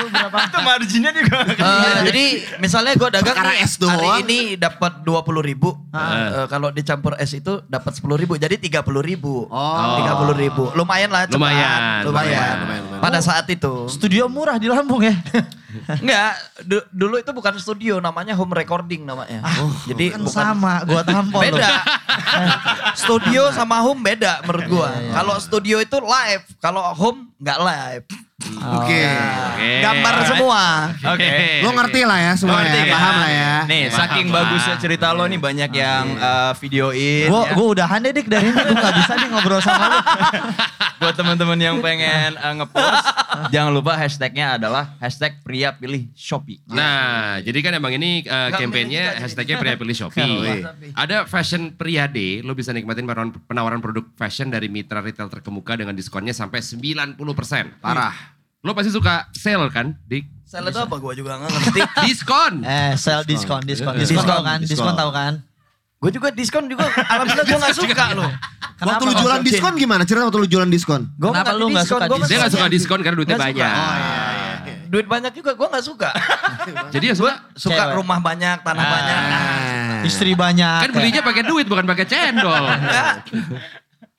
Speaker 4: Lu berapa?
Speaker 6: (laughs) Itu marginnya juga.
Speaker 5: Eh, jadi misalnya gue dagang
Speaker 3: Perkara
Speaker 5: nih,
Speaker 3: es doang.
Speaker 5: hari ini dapat dua puluh ribu. Eh, kalau dicampur es itu dapat sepuluh ribu. Jadi tiga puluh ribu.
Speaker 3: Oh.
Speaker 5: Tiga puluh ribu. Lumayan lah. cepat.
Speaker 2: Lumayan,
Speaker 5: Lumayan.
Speaker 2: lumayan,
Speaker 3: lumayan, lumayan.
Speaker 5: Pada saat itu.
Speaker 4: Studio murah di Lampung ya.
Speaker 5: (laughs) Enggak. du- dulu itu bukan studio. Namanya home recording namanya. jadi
Speaker 4: Kan
Speaker 5: bukan-
Speaker 4: sama, gua tampol lu. (laughs)
Speaker 5: Beda. studio sama home beda menurut gua. Kalau studio itu live. Kalau home nggak live.
Speaker 3: Oke.
Speaker 5: Gambar semua.
Speaker 6: Oke.
Speaker 3: Lu ngerti lah ya semua
Speaker 6: Eh, Ngerti
Speaker 3: ya.
Speaker 6: kan?
Speaker 3: Paham lah ya.
Speaker 6: Nih, saking bagusnya cerita lo nih banyak yang eh, videoin.
Speaker 4: Gua,
Speaker 6: ya.
Speaker 4: gua udahan deh dik dari ini gua gak bisa nih ngobrol sama lu.
Speaker 6: Buat teman-teman yang pengen eh, ngepost, jangan lupa hashtagnya adalah hashtag pria pilih Shopee.
Speaker 2: Nah, jadi kan emang ini uh,
Speaker 5: Nggak milih
Speaker 2: kampanyenya
Speaker 5: kita
Speaker 2: hashtagnya pria pilih
Speaker 3: Wih.
Speaker 2: Shopee. Ada Fashion Pria Day, lo bisa nikmatin penawaran, penawaran produk fashion dari mitra retail terkemuka dengan diskonnya sampai 90%.
Speaker 3: Parah.
Speaker 2: Lo pasti suka sale kan, Dik?
Speaker 5: Salah itu apa gua juga nggak ngerti.
Speaker 2: Diskon.
Speaker 4: Eh, sel diskon, diskon,
Speaker 3: Diskon.
Speaker 4: diskon, tau kan, diskon
Speaker 3: Diskon.
Speaker 4: tau kan.
Speaker 5: Gue juga diskon juga, alhamdulillah gue gak suka loh.
Speaker 4: Kenapa
Speaker 3: waktu lu jualan
Speaker 4: Bang Jin?
Speaker 3: diskon gimana? Cerita waktu lu jualan diskon.
Speaker 5: Gua
Speaker 4: Kenapa
Speaker 5: nggak
Speaker 4: lu nggak
Speaker 5: didiskon,
Speaker 4: suka
Speaker 5: gua
Speaker 2: Dia
Speaker 5: nggak
Speaker 2: gak suka diskon karena duitnya
Speaker 5: Nggak suka.
Speaker 2: banyak.
Speaker 5: Duit banyak juga gue gak suka.
Speaker 2: Jadi ya suka.
Speaker 5: Suka
Speaker 4: Cewek.
Speaker 5: rumah banyak, tanah banyak.
Speaker 3: Nah.
Speaker 4: Istri banyak.
Speaker 2: Kan belinya pakai duit bukan pakai (laughs) cendol.
Speaker 5: Enggak.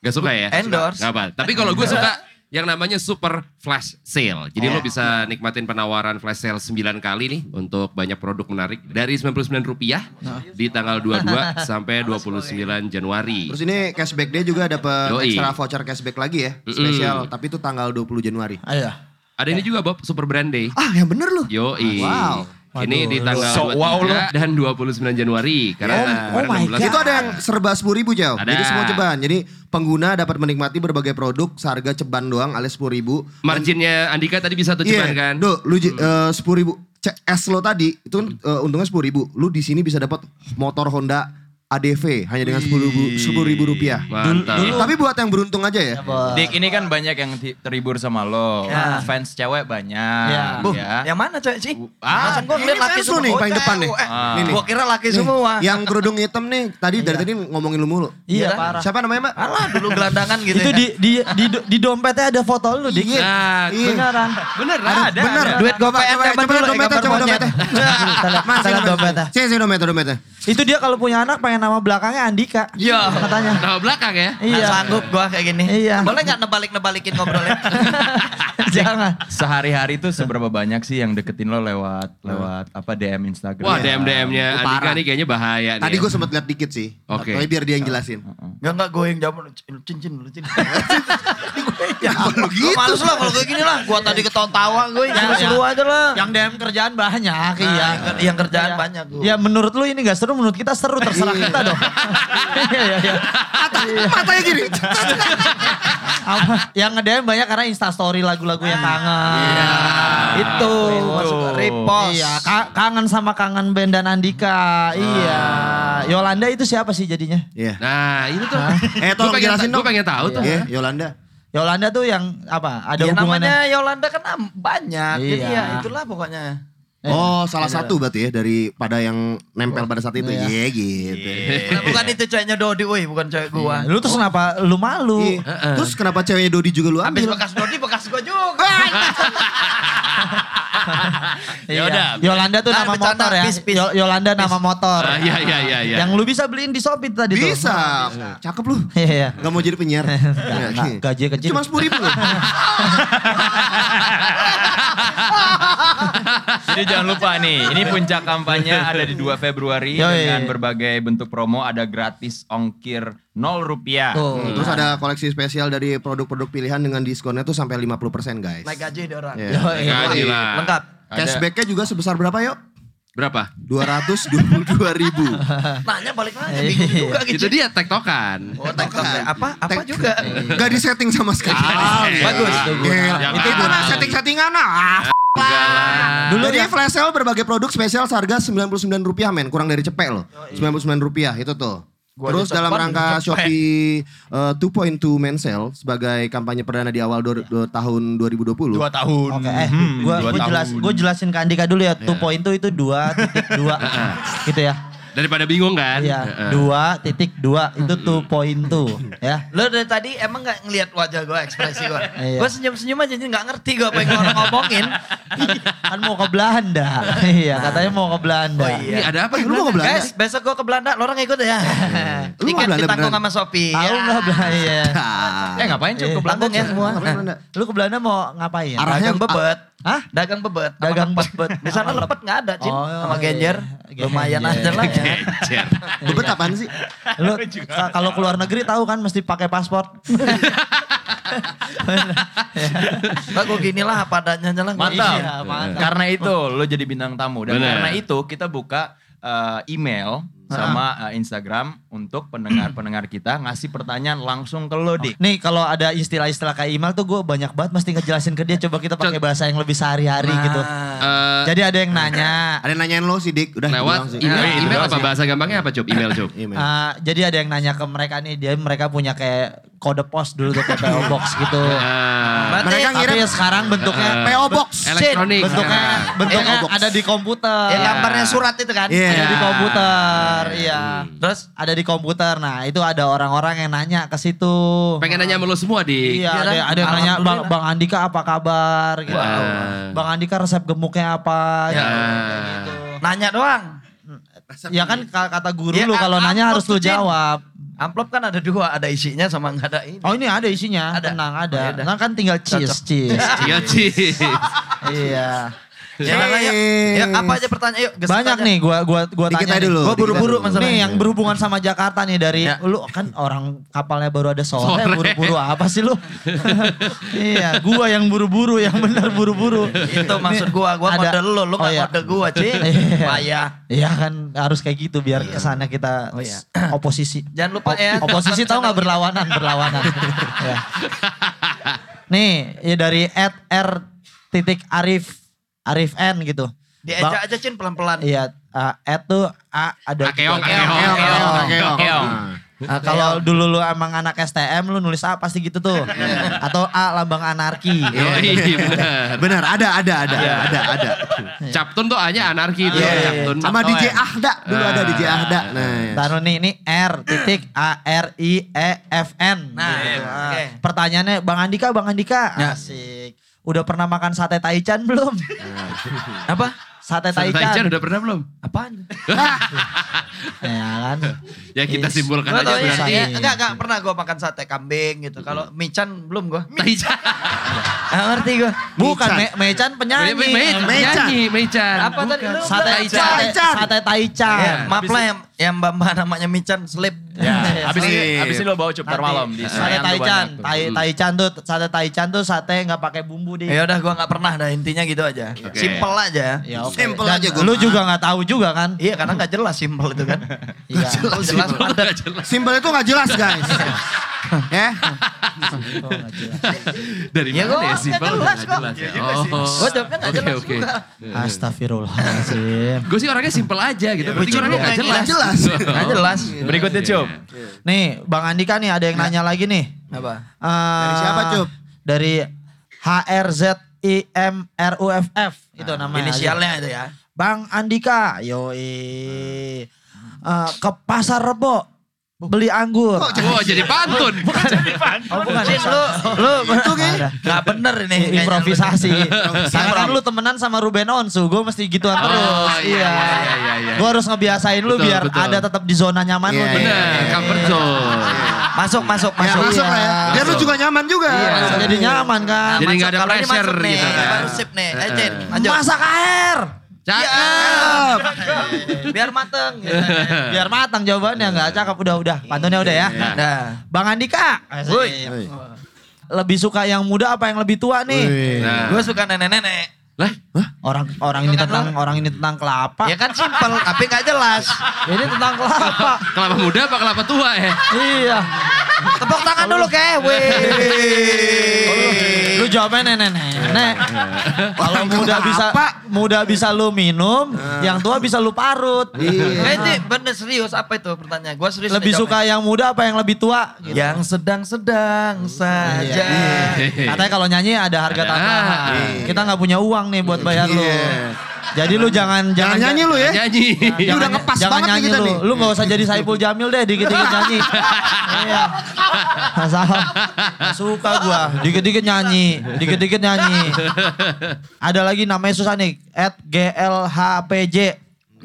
Speaker 2: Gak suka ya?
Speaker 5: Endorse.
Speaker 2: Gak apa. Tapi kalau gue suka yang namanya super flash sale. Jadi
Speaker 3: Iya.
Speaker 2: lo bisa nikmatin penawaran flash sale 9 kali nih untuk banyak produk menarik dari Rp99
Speaker 3: Nah.
Speaker 2: di tanggal 22
Speaker 3: (laughs)
Speaker 2: sampai 29 Januari.
Speaker 3: ya. Terus ini cashback dia juga dapat
Speaker 2: Yoi.
Speaker 3: extra voucher cashback lagi ya,
Speaker 2: Mm-mm.
Speaker 3: spesial. Tapi itu tanggal 20 Januari.
Speaker 4: Ayo.
Speaker 2: Ada ini juga Bob Super Brand Day.
Speaker 3: Ah, yang bener lu. Ah,
Speaker 2: Yoi.
Speaker 3: Wow.
Speaker 2: Ini di tanggal
Speaker 6: So wow
Speaker 2: 23 dan 29 Januari karena
Speaker 4: Oh, oh my
Speaker 2: kemarin 16
Speaker 3: Itu ada yang serba 10 ribu jauh.
Speaker 2: Ada.
Speaker 3: Jadi semua ceban. Jadi pengguna dapat menikmati berbagai produk seharga ceban doang alias 10 ribu.
Speaker 2: marginnya Andika tadi bisa tuh cuman kan.
Speaker 3: Do, lu eh, sepuluh ribu. Cek es lo tadi itu kan
Speaker 2: Hmm.
Speaker 3: eh, untungnya 10 ribu. Lu di sini bisa dapat motor Honda ADV hanya dengan 10 ribu, 10 ribu rupiah.
Speaker 2: Mantap.
Speaker 3: Tapi buat yang beruntung aja ya.
Speaker 6: Dik ini kan banyak yang ti- terhibur sama lo. Fans cewek banyak.
Speaker 4: Ya.
Speaker 5: Buh,
Speaker 6: ya.
Speaker 5: yang mana cewek sih?
Speaker 6: Ah,
Speaker 5: Masa gue ngeliat
Speaker 3: ini
Speaker 5: laki
Speaker 3: fans lu
Speaker 5: semua.
Speaker 3: nih, paling
Speaker 5: Oh,
Speaker 3: depan nih. Ah.
Speaker 5: cewek.
Speaker 3: Ini nih. Iya.
Speaker 5: Gue kira laki semua.
Speaker 3: Yang kerudung hitam nih tadi dari tadi ngomongin lu mulu. kan?
Speaker 4: Iya,
Speaker 5: Iya.
Speaker 4: parah.
Speaker 3: Siapa namanya, Mbak?
Speaker 5: Alah dulu gelandangan gitu
Speaker 4: Itu
Speaker 5: ya.
Speaker 4: di, di, di, di dompetnya ada foto lu dik.
Speaker 3: Iya.
Speaker 2: Nah,
Speaker 3: Iya.
Speaker 4: Beneran.
Speaker 2: bener ada.
Speaker 3: Bener.
Speaker 5: Duit gua
Speaker 3: Coba-
Speaker 5: pakai
Speaker 3: coba- coba
Speaker 5: temen dulu,
Speaker 3: dompetnya,
Speaker 5: gambar
Speaker 3: coba
Speaker 5: monyet.
Speaker 3: dompetnya.
Speaker 4: Kita
Speaker 3: Masih
Speaker 4: lihat- kita lihat dompetnya.
Speaker 3: dompetnya. Sini, sini dompetnya, dompetnya.
Speaker 4: Itu dia kalau punya anak pengen nama belakangnya Andika.
Speaker 5: Iya.
Speaker 4: Katanya.
Speaker 2: Nah, belakang ya.
Speaker 5: Nggak
Speaker 4: Iya.
Speaker 5: sanggup gue kayak gini.
Speaker 4: Iya.
Speaker 5: Boleh gak nebalik-nebalikin ngobrolnya?
Speaker 4: (laughs) Jangan.
Speaker 6: Sehari-hari tuh seberapa banyak sih yang deketin lo lewat lewat apa DM Instagram?
Speaker 2: Wah DM-DM-nya
Speaker 3: Iya. Parah.
Speaker 2: Andika nih kayaknya bahaya nih.
Speaker 3: Tadi
Speaker 2: ya.
Speaker 3: gue sempet liat dikit sih.
Speaker 2: Oke.
Speaker 3: Tapi biar dia yang jelasin.
Speaker 5: Enggak enggak gue yang jawab "Lu cincin lu cincin.
Speaker 3: (laughs) Ya, lu gitu.
Speaker 5: Gue males lah kalau kayak gini lah. Gue tadi Iya. ketawa-tawa gue yang
Speaker 4: Ya,
Speaker 5: seru
Speaker 4: ya.
Speaker 5: aja lah.
Speaker 4: Yang DM kerjaan banyak, iya.
Speaker 5: yang ker- yang kerjaan
Speaker 4: Iya.
Speaker 5: banyak, Bu.
Speaker 4: Ya menurut lu ini gak seru, menurut kita seru, terserah kita dong. (laughs) Iya, iya, iya.
Speaker 3: Mata, matanya gini.
Speaker 4: Apa, yang nge-DM banyak karena instastory lagu-lagu yang kangen. Itu.
Speaker 5: Gua suka repost.
Speaker 4: Iya, ka- kangen sama kangen Ben dan Andika. Iya. Yolanda itu siapa sih jadinya?
Speaker 3: Iya.
Speaker 2: Nah itu tuh.
Speaker 3: Eh,
Speaker 2: Gua
Speaker 3: tolong
Speaker 2: pengen-
Speaker 3: jelasin dong.
Speaker 2: Gua pengen tahu tuh.
Speaker 3: Iya, Yolanda.
Speaker 4: Yolanda tuh yang apa? Ada
Speaker 5: Ya,
Speaker 4: hubungannya?
Speaker 5: namanya Yolanda kan am- banyak. Jadi
Speaker 4: Iya.
Speaker 5: ya itulah pokoknya.
Speaker 4: Eh,
Speaker 3: Oh, salah satu berarti ya dari pada yang nempel pada saat itu. Iya, gitu.
Speaker 2: Iya.
Speaker 5: Nah, bukan itu ceweknya Dodi, woi, bukan cewek
Speaker 4: Eh,
Speaker 5: gua.
Speaker 4: iya. Lu terus kenapa lu malu?
Speaker 3: Iya. Terus kenapa ceweknya Dodi juga lu
Speaker 5: Habis
Speaker 3: ambil?
Speaker 5: bekas Dodi, bekas gua juga.
Speaker 4: Iya.
Speaker 2: Yaudah.
Speaker 4: Yolanda tuh
Speaker 5: Ah,
Speaker 4: nama
Speaker 5: bercanda,
Speaker 4: motor ya.
Speaker 5: peace, peace.
Speaker 4: Yo- Yolanda nama motor.
Speaker 2: Ah, Iya iya iya iya.
Speaker 4: Yang lu bisa beliin di Shopee tadi tuh.
Speaker 3: Bisa. Cakep lu.
Speaker 4: (laughs) Iya.
Speaker 3: Gak mau jadi penyiar. iya.
Speaker 4: Nggak, nggak. Gajinya kecil.
Speaker 3: Cuma 10 ribu.
Speaker 4: (laughs)
Speaker 6: Jadi jangan lupa nih, ini puncak kampanye ada di 2 Februari
Speaker 4: Yoi.
Speaker 6: dengan berbagai bentuk promo, ada gratis ongkir 0 rupiah.
Speaker 4: Tuh.
Speaker 3: Hmm, Terus ada koleksi spesial dari produk-produk pilihan dengan diskonnya tuh sampai 50% guys.
Speaker 5: Naik Nah, gaji dia orang.
Speaker 3: Iya.
Speaker 4: Yo, iya.
Speaker 2: Gaji lah.
Speaker 5: Lengkap.
Speaker 3: Cashbacknya juga sebesar berapa yuk?
Speaker 2: Berapa?
Speaker 3: 222
Speaker 4: (laughs)
Speaker 3: ribu.
Speaker 5: Nanya balik
Speaker 4: Iya.
Speaker 5: nanya, bingung juga
Speaker 2: Itu
Speaker 5: gitu.
Speaker 2: dia tektokan.
Speaker 5: Oh, tak- tak- tak- apa apa
Speaker 3: Tek-
Speaker 5: juga.
Speaker 4: Iya.
Speaker 3: Gak di setting sama sekali.
Speaker 4: Bagus. Itu gua.
Speaker 3: Gila.
Speaker 2: Ah, iya. Jangan.
Speaker 3: Itu mana setting-settingan ah.
Speaker 2: Enggak lah.
Speaker 4: Dulu
Speaker 3: Dulu Jadi
Speaker 4: ya.
Speaker 3: flash sale berbagai produk spesial seharga 99 rupiah men. Kurang dari cepek loh. 99 rupiah itu tuh.
Speaker 5: Gua
Speaker 3: Terus
Speaker 5: aja
Speaker 3: dalam
Speaker 5: cepet,
Speaker 3: rangka
Speaker 5: cepet.
Speaker 3: Shopee eh, 2.2 men sale sebagai kampanye perdana di awal do- do- tahun 2020.
Speaker 6: Dua tahun.
Speaker 4: Oke, eh,
Speaker 6: Hmm,
Speaker 4: gua,
Speaker 6: dua
Speaker 4: gua
Speaker 6: tahun.
Speaker 4: jelas, gua jelasin ke Andika dulu
Speaker 2: Iya.
Speaker 4: ya. Two point itu itu dua titik
Speaker 2: (laughs)
Speaker 4: dua, gitu ya.
Speaker 2: Daripada bingung Ah, kan? Hmm.
Speaker 4: Iya, dua titik dua itu two point two, ya.
Speaker 5: Lo dari tadi emang gak ngelihat wajah gua, ekspresi gua.
Speaker 4: Iya.
Speaker 5: Gua senyum-senyum aja jadi gak ngerti gua apa yang orang ngomongin.
Speaker 4: Kan mau ke Belanda, (laughs) iya. Katanya mau ke Belanda.
Speaker 5: Oh
Speaker 2: Ini
Speaker 5: iya.
Speaker 2: ada apa?
Speaker 3: Eh,
Speaker 2: gitu?
Speaker 3: Lu mau ke Belanda?
Speaker 5: Guys, besok gua ke Belanda, lo orang ikut
Speaker 4: Iya.
Speaker 5: ya.
Speaker 3: Lu mau
Speaker 5: Tiket
Speaker 3: Belanda
Speaker 5: ditanggung
Speaker 3: beneran?
Speaker 5: sama Shopee.
Speaker 4: Tahu
Speaker 5: Ya.
Speaker 4: nggak Belanda? Iya.
Speaker 3: Ah.
Speaker 6: Eh
Speaker 2: Kan
Speaker 6: ngapain
Speaker 4: Eh,
Speaker 6: cukup ke Belanda
Speaker 5: tanggung ya
Speaker 6: Cuk?
Speaker 5: semua.
Speaker 3: Ngapain Belanda?
Speaker 4: Lu ke Belanda mau ngapain?
Speaker 3: Arah- Arahnya-
Speaker 5: Dagang bebet.
Speaker 4: Hah?
Speaker 5: Dagang bebet. sama
Speaker 4: Dagang
Speaker 5: lepet.
Speaker 4: bebet.
Speaker 5: Di sana
Speaker 4: Sama
Speaker 5: lepet nggak ada, Cin.
Speaker 4: Oh,
Speaker 5: Sama
Speaker 4: iya.
Speaker 5: genjer.
Speaker 4: Genjer.
Speaker 5: Lumayan aja lah ya.
Speaker 2: Gencer.
Speaker 3: Bebet apaan sih?
Speaker 4: Lu ka- kalau keluar negeri tahu kan mesti pakai
Speaker 5: (laughs)
Speaker 4: paspor.
Speaker 5: Mbak gue gini lah apa adanya aja lah. gua
Speaker 6: Mantap.
Speaker 5: gini.
Speaker 4: Iya, mantap.
Speaker 6: Karena itu lo jadi bintang tamu dan
Speaker 2: Bener.
Speaker 6: karena itu kita buka eh, email sama eh, Instagram untuk pendengar-pendengar kita ngasih
Speaker 4: (laughs)
Speaker 6: pertanyaan langsung ke lo dik.
Speaker 4: Iya. Nih kalau ada istilah-istilah kayak email tuh gue banyak banget mesti ngejelasin ke dia. Coba kita pakai bahasa yang lebih sehari-hari
Speaker 5: Nah.
Speaker 4: gitu.
Speaker 2: Eh,
Speaker 4: Jadi ada yang nanya.
Speaker 3: Ada yang nanyain lo sih Dik. Udah
Speaker 2: lewat
Speaker 3: itu doang sih. Iya,
Speaker 2: email,
Speaker 6: Iya, itu
Speaker 2: email
Speaker 6: doang
Speaker 2: apa
Speaker 6: sih.
Speaker 2: bahasa gampangnya apa Cuk? Email Cuk.
Speaker 3: Email.
Speaker 4: Ah, jadi ada yang nanya ke mereka nih, dia mereka punya kayak kode pos dulu tuh kayak PO box
Speaker 5: (laughs)
Speaker 4: gitu.
Speaker 2: Ah,
Speaker 5: Iya. Berarti
Speaker 3: Mereka
Speaker 4: Tapi
Speaker 3: ngirim
Speaker 4: ya sekarang bentuknya
Speaker 3: PO Box.
Speaker 2: elektronik. Nah,
Speaker 4: bentuknya
Speaker 2: sekarang.
Speaker 4: bentuknya
Speaker 3: PO box.
Speaker 4: ada di komputer.
Speaker 5: Ya gambarnya surat itu kan.
Speaker 3: Iya.
Speaker 4: Ada di komputer, iya.
Speaker 2: Hmm.
Speaker 5: Terus
Speaker 4: Ada di komputer. Nah, itu ada orang-orang yang nanya ke situ.
Speaker 2: Pengen nanya sama lo semua di
Speaker 4: Iya, ada, ada yang nanya Bang, Bang Andika apa kabar gitu.
Speaker 2: Wah. Iya.
Speaker 4: Bang Andika resep gemuknya apa
Speaker 5: Ya.
Speaker 4: gitu.
Speaker 5: nanya doang.
Speaker 4: Ya kan ka- kata guru
Speaker 5: Ya,
Speaker 4: lu kalau
Speaker 5: amplop
Speaker 4: nanya harus lu
Speaker 5: tuh, Jin.
Speaker 4: jawab.
Speaker 5: Amplop kan ada dua, ada isinya sama nggak ada ini.
Speaker 4: Oh ini ada isinya,
Speaker 5: Ada.
Speaker 4: tenang ada.
Speaker 5: Oh, ya udah.
Speaker 4: Nah kan tinggal cheese, cheese.
Speaker 2: Iya,
Speaker 3: (laughs)
Speaker 2: Ci.
Speaker 4: iya.
Speaker 5: Ya, lah, yuk.
Speaker 3: Yeay.
Speaker 5: Ya, apa aja pertanyaan yuk. gesit
Speaker 4: Banyak
Speaker 5: aja.
Speaker 4: nih gua gua gua
Speaker 3: Dikit aja
Speaker 4: tanya. nih.
Speaker 3: dulu,
Speaker 4: Gua
Speaker 3: dikit
Speaker 4: buru-buru
Speaker 3: aja dulu. Iya.
Speaker 4: masalahnya. Nih yang berhubungan sama Jakarta nih dari
Speaker 5: Ya.
Speaker 4: lu kan orang kapalnya baru ada sore,
Speaker 2: Sore.
Speaker 4: buru-buru apa sih lu? iya, gua yang buru-buru, yang bener buru-buru.
Speaker 5: Itu maksud gua, gua
Speaker 4: ada-
Speaker 5: kode lu, lu
Speaker 4: Oh,
Speaker 5: nggak
Speaker 4: iya.
Speaker 5: kode gua, Cin.
Speaker 4: Iya.
Speaker 5: Payah.
Speaker 4: Iya kan harus kayak gitu biar kesana kita
Speaker 5: Oh, iya.
Speaker 4: (clears throat) oposisi.
Speaker 5: Jangan lupa ya,
Speaker 4: Oposisi
Speaker 5: nonton
Speaker 4: tahu nggak
Speaker 5: channel
Speaker 4: berlawanan berlawanan. ya. Nih ya dari at r titik arif arif n gitu.
Speaker 5: Diajak
Speaker 4: Bang-
Speaker 5: aja Cin pelan-pelan.
Speaker 4: Iya at tuh a ada.
Speaker 2: Akeong,
Speaker 4: tiga.
Speaker 2: akeong.
Speaker 3: Keong, keong, keong.
Speaker 6: Keong.
Speaker 3: Nah.
Speaker 4: Ah, kalau dulu lu emang anak STM lu nulis A pasti gitu tuh. Atau A lambang anarki.
Speaker 3: iya,
Speaker 2: Yoi, bener.
Speaker 3: Benar, Ah. ada, ada, ada, ada, ada.
Speaker 2: Captun tuh hanya anarki itu
Speaker 3: Iya, iya,
Speaker 2: Captun. Oh,
Speaker 3: Sama DJ
Speaker 2: ya.
Speaker 3: Ahda, dulu ada DJ Ahda. Nah, ya.
Speaker 4: Taruh nih ini R titik A R I E F N.
Speaker 5: Nah,
Speaker 4: Gitu.
Speaker 5: oke.
Speaker 4: Ah, Pertanyaannya Bang Andika, Bang Andika. Asik. Udah pernah makan sate taichan belum?
Speaker 5: Apa?
Speaker 4: Sate
Speaker 2: Sate Taichan
Speaker 4: Taichan.
Speaker 2: udah pernah belum?
Speaker 5: Apaan?
Speaker 4: Ya kan.
Speaker 2: Ya kita
Speaker 4: Yes.
Speaker 2: simpulkan aja
Speaker 5: Gua tau ya,
Speaker 2: berarti.
Speaker 5: saya- enggak, enggak pernah gua makan sate kambing gitu. Kalau Michan belum gua.
Speaker 2: Taichan.
Speaker 5: Nggak ngerti gua.
Speaker 4: Bukan
Speaker 3: Michan.
Speaker 4: Me Mechan penyanyi.
Speaker 2: Me- me- Nyanyi, Meichan.
Speaker 5: Apa tadi lu?
Speaker 4: Sate
Speaker 5: Taichan.
Speaker 4: Sate Sate
Speaker 5: Ya,
Speaker 4: Taichan.
Speaker 5: maaf lah yang, yang mbak-mbak namanya Michan slip.
Speaker 4: (laughs)
Speaker 6: Ya, habis ini
Speaker 3: Sip.
Speaker 6: habis ini lo bawa cepetar
Speaker 4: Iya, Nanti
Speaker 6: malam di
Speaker 4: sate
Speaker 6: Senayan tuh
Speaker 4: Taichan,
Speaker 6: banyak tuh.
Speaker 4: tai,
Speaker 5: Hmm.
Speaker 4: Taichan tuh sate Taichan tuh sate nggak pakai bumbu di.
Speaker 5: Ya udah gua nggak pernah dah intinya gitu aja.
Speaker 2: Oke.
Speaker 5: Simple aja.
Speaker 4: Ya oke.
Speaker 3: Simple
Speaker 4: Dan
Speaker 3: aja gua
Speaker 4: Lu
Speaker 3: mah.
Speaker 4: juga nggak tahu juga kan?
Speaker 5: Iya karena nggak jelas simple itu (laughs) kan.
Speaker 4: Iya.
Speaker 5: Nggak jelas padat.
Speaker 3: Simbol itu nggak jelas guys. ya,
Speaker 4: Oh, nggak jelas.
Speaker 2: (laughs) Dari
Speaker 5: Ya,
Speaker 2: mana
Speaker 5: gua
Speaker 2: ya
Speaker 5: nggak
Speaker 2: sih?
Speaker 5: jelas kok. Ya
Speaker 2: Oh.
Speaker 5: Gua jawabnya nggak
Speaker 2: Oke,
Speaker 5: jelas
Speaker 2: oke.
Speaker 5: juga.
Speaker 4: Astagfirullahaladzim.
Speaker 2: Gue sih orangnya simpel aja gitu. Berarti
Speaker 5: lucu
Speaker 2: orangnya
Speaker 5: Ya, juga.
Speaker 2: gak jelas.
Speaker 3: nggak jelas.
Speaker 5: Nggak jelas.
Speaker 4: Iya.
Speaker 6: Berikutnya cup.
Speaker 4: Nih, Bang Andika nih
Speaker 5: Iya.
Speaker 4: ada yang nanya lagi nih.
Speaker 5: Apa?
Speaker 4: dari
Speaker 3: siapa, Cup?
Speaker 4: Dari HRZIMRUFF itu namanya.
Speaker 5: Nah, Inisialnya itu ya.
Speaker 4: Bang Andika, yoi. Eh, ke pasar Rebo beli anggur.
Speaker 2: Wah jadi pantun.
Speaker 4: Oh, bukan.
Speaker 5: Cin, lu lu
Speaker 3: Itu kayak-
Speaker 4: Ada.
Speaker 5: nggak bener ini.
Speaker 4: Iya,
Speaker 5: kayaknya.
Speaker 4: improvisasi. Karena kan lu temenan sama Ruben Onsu, gue mesti gituan terus.
Speaker 2: Oh, iya, iya, iya, iya.
Speaker 4: Gue harus ngebiasain lu
Speaker 2: Betul,
Speaker 4: biar
Speaker 2: betul.
Speaker 4: ada tetap di zona nyaman lu.
Speaker 3: Iya,
Speaker 4: nih.
Speaker 3: iya,
Speaker 2: Bener, cover zone.
Speaker 5: Masuk masuk
Speaker 3: ya
Speaker 5: masuk.
Speaker 3: masuk lah ya. Biar lu
Speaker 2: Masuk.
Speaker 3: juga nyaman juga.
Speaker 4: Iya, Jadi nyaman kan.
Speaker 2: Jadi
Speaker 5: Masuk,
Speaker 2: nggak ada
Speaker 5: kalau ini
Speaker 2: pressure
Speaker 5: masuk
Speaker 2: gitu
Speaker 5: Nih,
Speaker 2: kan.
Speaker 5: baru sip nih. Eh, Cin, lanjut.
Speaker 4: Masak air.
Speaker 2: Cakep.
Speaker 5: Biar mateng.
Speaker 4: Iya. Biar matang jawabannya nggak cakep udah udah pantunnya udah ya.
Speaker 5: Nah,
Speaker 4: Bang Andika,
Speaker 5: Woi.
Speaker 3: Woi.
Speaker 4: lebih suka yang muda apa yang lebih tua nih?
Speaker 3: Wih.
Speaker 2: Nah.
Speaker 5: gue suka nenek-nenek.
Speaker 2: Lah,
Speaker 4: Orang orang ini
Speaker 5: Itu kan
Speaker 4: tentang orang ini tentang kelapa.
Speaker 5: Ya kan simpel, tapi nggak jelas.
Speaker 4: Ini tentang kelapa.
Speaker 2: kelapa muda apa kelapa tua ya?
Speaker 4: iya.
Speaker 5: Tepuk tangan dulu ke, weh.
Speaker 4: Lu jawabnya nenek nenek. Kalau
Speaker 3: Orang
Speaker 4: muda
Speaker 3: kelapa.
Speaker 4: bisa muda bisa lu minum, yang tua bisa lu parut. Eh,
Speaker 5: Eh, Ci, bener serius apa itu pertanyaan? Gue serius.
Speaker 4: Iya. Lebih
Speaker 5: nih
Speaker 4: suka yang muda apa yang lebih tua?
Speaker 5: jawabnya. yang sedang-sedang saja.
Speaker 4: Katanya kalau nyanyi ada harga
Speaker 2: Ada.
Speaker 4: tambahan.
Speaker 2: Iya.
Speaker 4: Kita nggak punya uang nih buat bayar lu.
Speaker 3: Iya.
Speaker 4: Jadi lu jangan
Speaker 3: Jangan
Speaker 4: jangan
Speaker 3: nyanyi lu ya.
Speaker 2: Nyanyi.
Speaker 3: Ini udah ngepas
Speaker 4: jangan
Speaker 3: banget nih
Speaker 4: nyanyi
Speaker 3: kita
Speaker 4: lu.
Speaker 3: nih.
Speaker 4: Lu gak usah jadi Saipul Jamil deh, dikit-dikit nyanyi. iya. Masalah. Nggak Suka gua, dikit-dikit nyanyi, dikit-dikit nyanyi. Ada lagi namanya susah nih, at GLHPJ.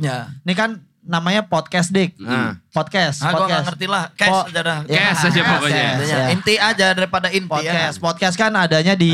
Speaker 5: Ya.
Speaker 4: Ini kan namanya podcast dik.
Speaker 3: Hmm.
Speaker 4: Podcast,
Speaker 5: Ah, gue
Speaker 4: podcast.
Speaker 5: nggak ngerti lah. Cash
Speaker 4: Po-
Speaker 5: aja dah.
Speaker 2: Cash aja pokoknya.
Speaker 5: cash aja.
Speaker 4: Ya.
Speaker 5: Inti ya. aja daripada inti
Speaker 4: Podcast, podcast kan adanya di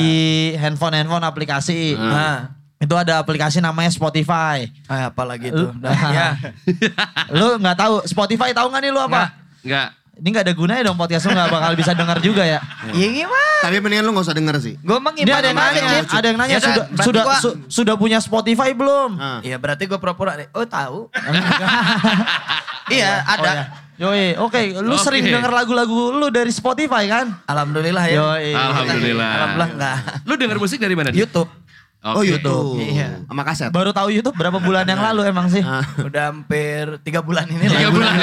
Speaker 5: Nah.
Speaker 4: handphone-handphone aplikasi.
Speaker 5: ya. Ah.
Speaker 4: Itu ada aplikasi namanya Spotify.
Speaker 5: Ah, apalagi itu.
Speaker 4: Lu-
Speaker 5: Dah, ya.
Speaker 4: (laughs) Lu nggak tahu Spotify tahu nggak nih lu apa?
Speaker 2: Enggak.
Speaker 4: Ini nggak ada gunanya dong podcast lu nggak bakal bisa dengar juga ya.
Speaker 5: Ya gimana?
Speaker 3: Tapi mendingan lu gak usah denger sih.
Speaker 5: Gue
Speaker 4: Ini ada
Speaker 5: mengimbangkan
Speaker 4: yang nanya, ada yang
Speaker 5: Ya
Speaker 4: nanya sudah sudah su- sudah punya Spotify belum?
Speaker 3: Ah.
Speaker 5: kan? Iya berarti gue pura-pura nih. Oh tahu.
Speaker 4: (laughs)
Speaker 5: iya
Speaker 4: Oh,
Speaker 5: ada.
Speaker 4: ya. Yoi, oke, lu
Speaker 2: Oke.
Speaker 4: sering denger lagu-lagu lu dari Spotify kan?
Speaker 5: Alhamdulillah ya.
Speaker 4: Yoi.
Speaker 2: Alhamdulillah.
Speaker 5: Alhamdulillah enggak.
Speaker 2: Lu denger musik dari mana? Dit?
Speaker 5: YouTube
Speaker 3: Oh
Speaker 2: Oke. gitu.
Speaker 3: YouTube.
Speaker 5: Iya.
Speaker 3: Sama kaset.
Speaker 4: Baru tahu YouTube berapa bulan yang lalu emang sih?
Speaker 3: Ah.
Speaker 5: udah hampir tiga bulan ini
Speaker 2: Tiga
Speaker 5: lah.
Speaker 2: bulan. (laughs)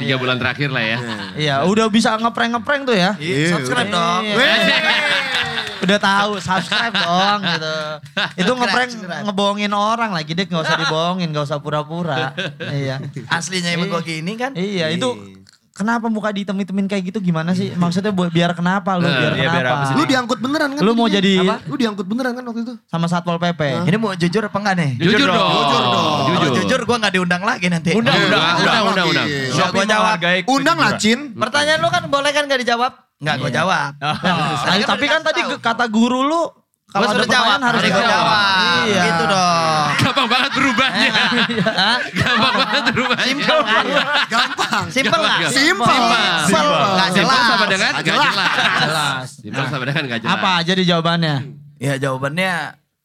Speaker 2: Tiga bulan terakhir lah ya.
Speaker 4: Iya, udah bisa ngeprank-ngeprank tuh ya.
Speaker 5: Iya, subscribe
Speaker 4: Iya.
Speaker 5: dong.
Speaker 4: Weh. Udah tahu, subscribe dong gitu.
Speaker 5: (laughs)
Speaker 4: Itu ngeprank
Speaker 5: Subscribe.
Speaker 4: ngebohongin orang lagi deh, nggak usah dibohongin, nggak usah
Speaker 5: (laughs)
Speaker 4: pura-pura. Iya.
Speaker 5: Aslinya emang gue gini kan.
Speaker 4: Iya, itu kenapa muka diitem-itemin kayak gitu gimana sih? Maksudnya buat biar kenapa lu,
Speaker 2: Eh,
Speaker 5: Nah,
Speaker 4: biar
Speaker 6: iya, biar
Speaker 4: kenapa?
Speaker 6: apa sih?
Speaker 3: Lu diangkut beneran kan?
Speaker 4: Lu mau
Speaker 3: jadinya?
Speaker 4: jadi-
Speaker 3: Apa? Lu diangkut beneran kan waktu itu?
Speaker 4: Sama Satpol PP.
Speaker 5: Ini mau jujur apa enggak nih?
Speaker 2: Jujur,
Speaker 6: Jujur
Speaker 2: dong.
Speaker 6: dong.
Speaker 4: Oh,
Speaker 2: Jujur dong.
Speaker 5: Kalau jujur gue nggak diundang lagi nanti.
Speaker 6: Undang,
Speaker 2: Udah, udah, udah, udah,
Speaker 3: lagi.
Speaker 2: udah.
Speaker 5: Iya, gua
Speaker 6: Shopee
Speaker 5: jawab.
Speaker 6: menghargai
Speaker 3: Undang lah
Speaker 6: kejujuran.
Speaker 3: Cin.
Speaker 5: Pertanyaan lu kan boleh kan gak dijawab? Enggak gue
Speaker 4: (laughs)
Speaker 5: jawab.
Speaker 4: Tapi, Iya. tapi kan tadi
Speaker 5: gue
Speaker 4: kata guru lu kalau ada
Speaker 5: suruh jawab,
Speaker 4: pertanyaan harus
Speaker 5: gua
Speaker 4: dijawab.
Speaker 5: jawab.
Speaker 4: Iya.
Speaker 5: Gitu dong.
Speaker 2: Gampang banget
Speaker 5: (laughs)
Speaker 2: berubahnya. Gampang banget berubahnya.
Speaker 5: Simpel kan?
Speaker 3: Gampang.
Speaker 5: Simpel lah.
Speaker 2: Gampang.
Speaker 3: Simpel.
Speaker 5: Simpel. Nggak
Speaker 2: Simpel
Speaker 5: jelas.
Speaker 2: sama dengan
Speaker 3: Nggak
Speaker 2: gak jelas.
Speaker 4: Jelas.
Speaker 2: Simpel sama dengan gak jelas. (laughs)
Speaker 4: Apa aja di jawabannya?
Speaker 5: Ya jawabannya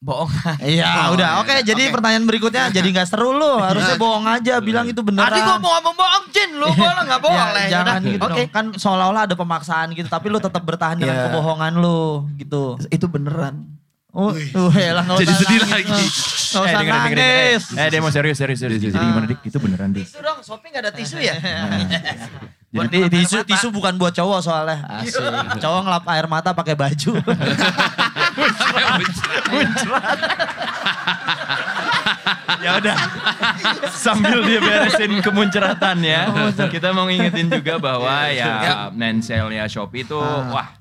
Speaker 5: bohongan.
Speaker 4: Iya, udah. Oke, jadi pertanyaan berikutnya jadi nggak seru lu. Harusnya bohong aja, bilang itu beneran.
Speaker 5: Tadi gue mau ngomong bohong Jin, lu boleh nggak
Speaker 4: Ya,
Speaker 5: boleh?
Speaker 4: jangan
Speaker 5: Udah,
Speaker 4: gitu
Speaker 5: Oke.
Speaker 4: dong. Kan seolah-olah ada pemaksaan gitu, tapi lu tetap bertahan dengan
Speaker 5: Iya.
Speaker 4: kebohongan lu gitu.
Speaker 5: Itu beneran.
Speaker 4: Oh, uh, elah, nggak
Speaker 2: Jadi
Speaker 4: usah
Speaker 2: sedih
Speaker 4: nangis,
Speaker 2: lagi.
Speaker 4: lu. Nggak
Speaker 6: Eh,
Speaker 4: usah
Speaker 6: dengerin, dengerin. Eh,
Speaker 4: nangis. Ah.
Speaker 6: Eh, demo serius, serius, serius. Jadi gimana, Dik? Itu beneran, Dik.
Speaker 5: Tisu dong, Shopee nggak ada tisu ya? Buat
Speaker 4: Jadi
Speaker 5: ngelap air
Speaker 4: tisu,
Speaker 5: mata.
Speaker 4: tisu bukan buat cowok soalnya. Asik. Cowok ngelap air mata pakai baju.
Speaker 6: Ya udah. Sambil dia beresin kemunceratan ya. Kita mau ngingetin juga bahwa ya Nensel ya Shopee itu wah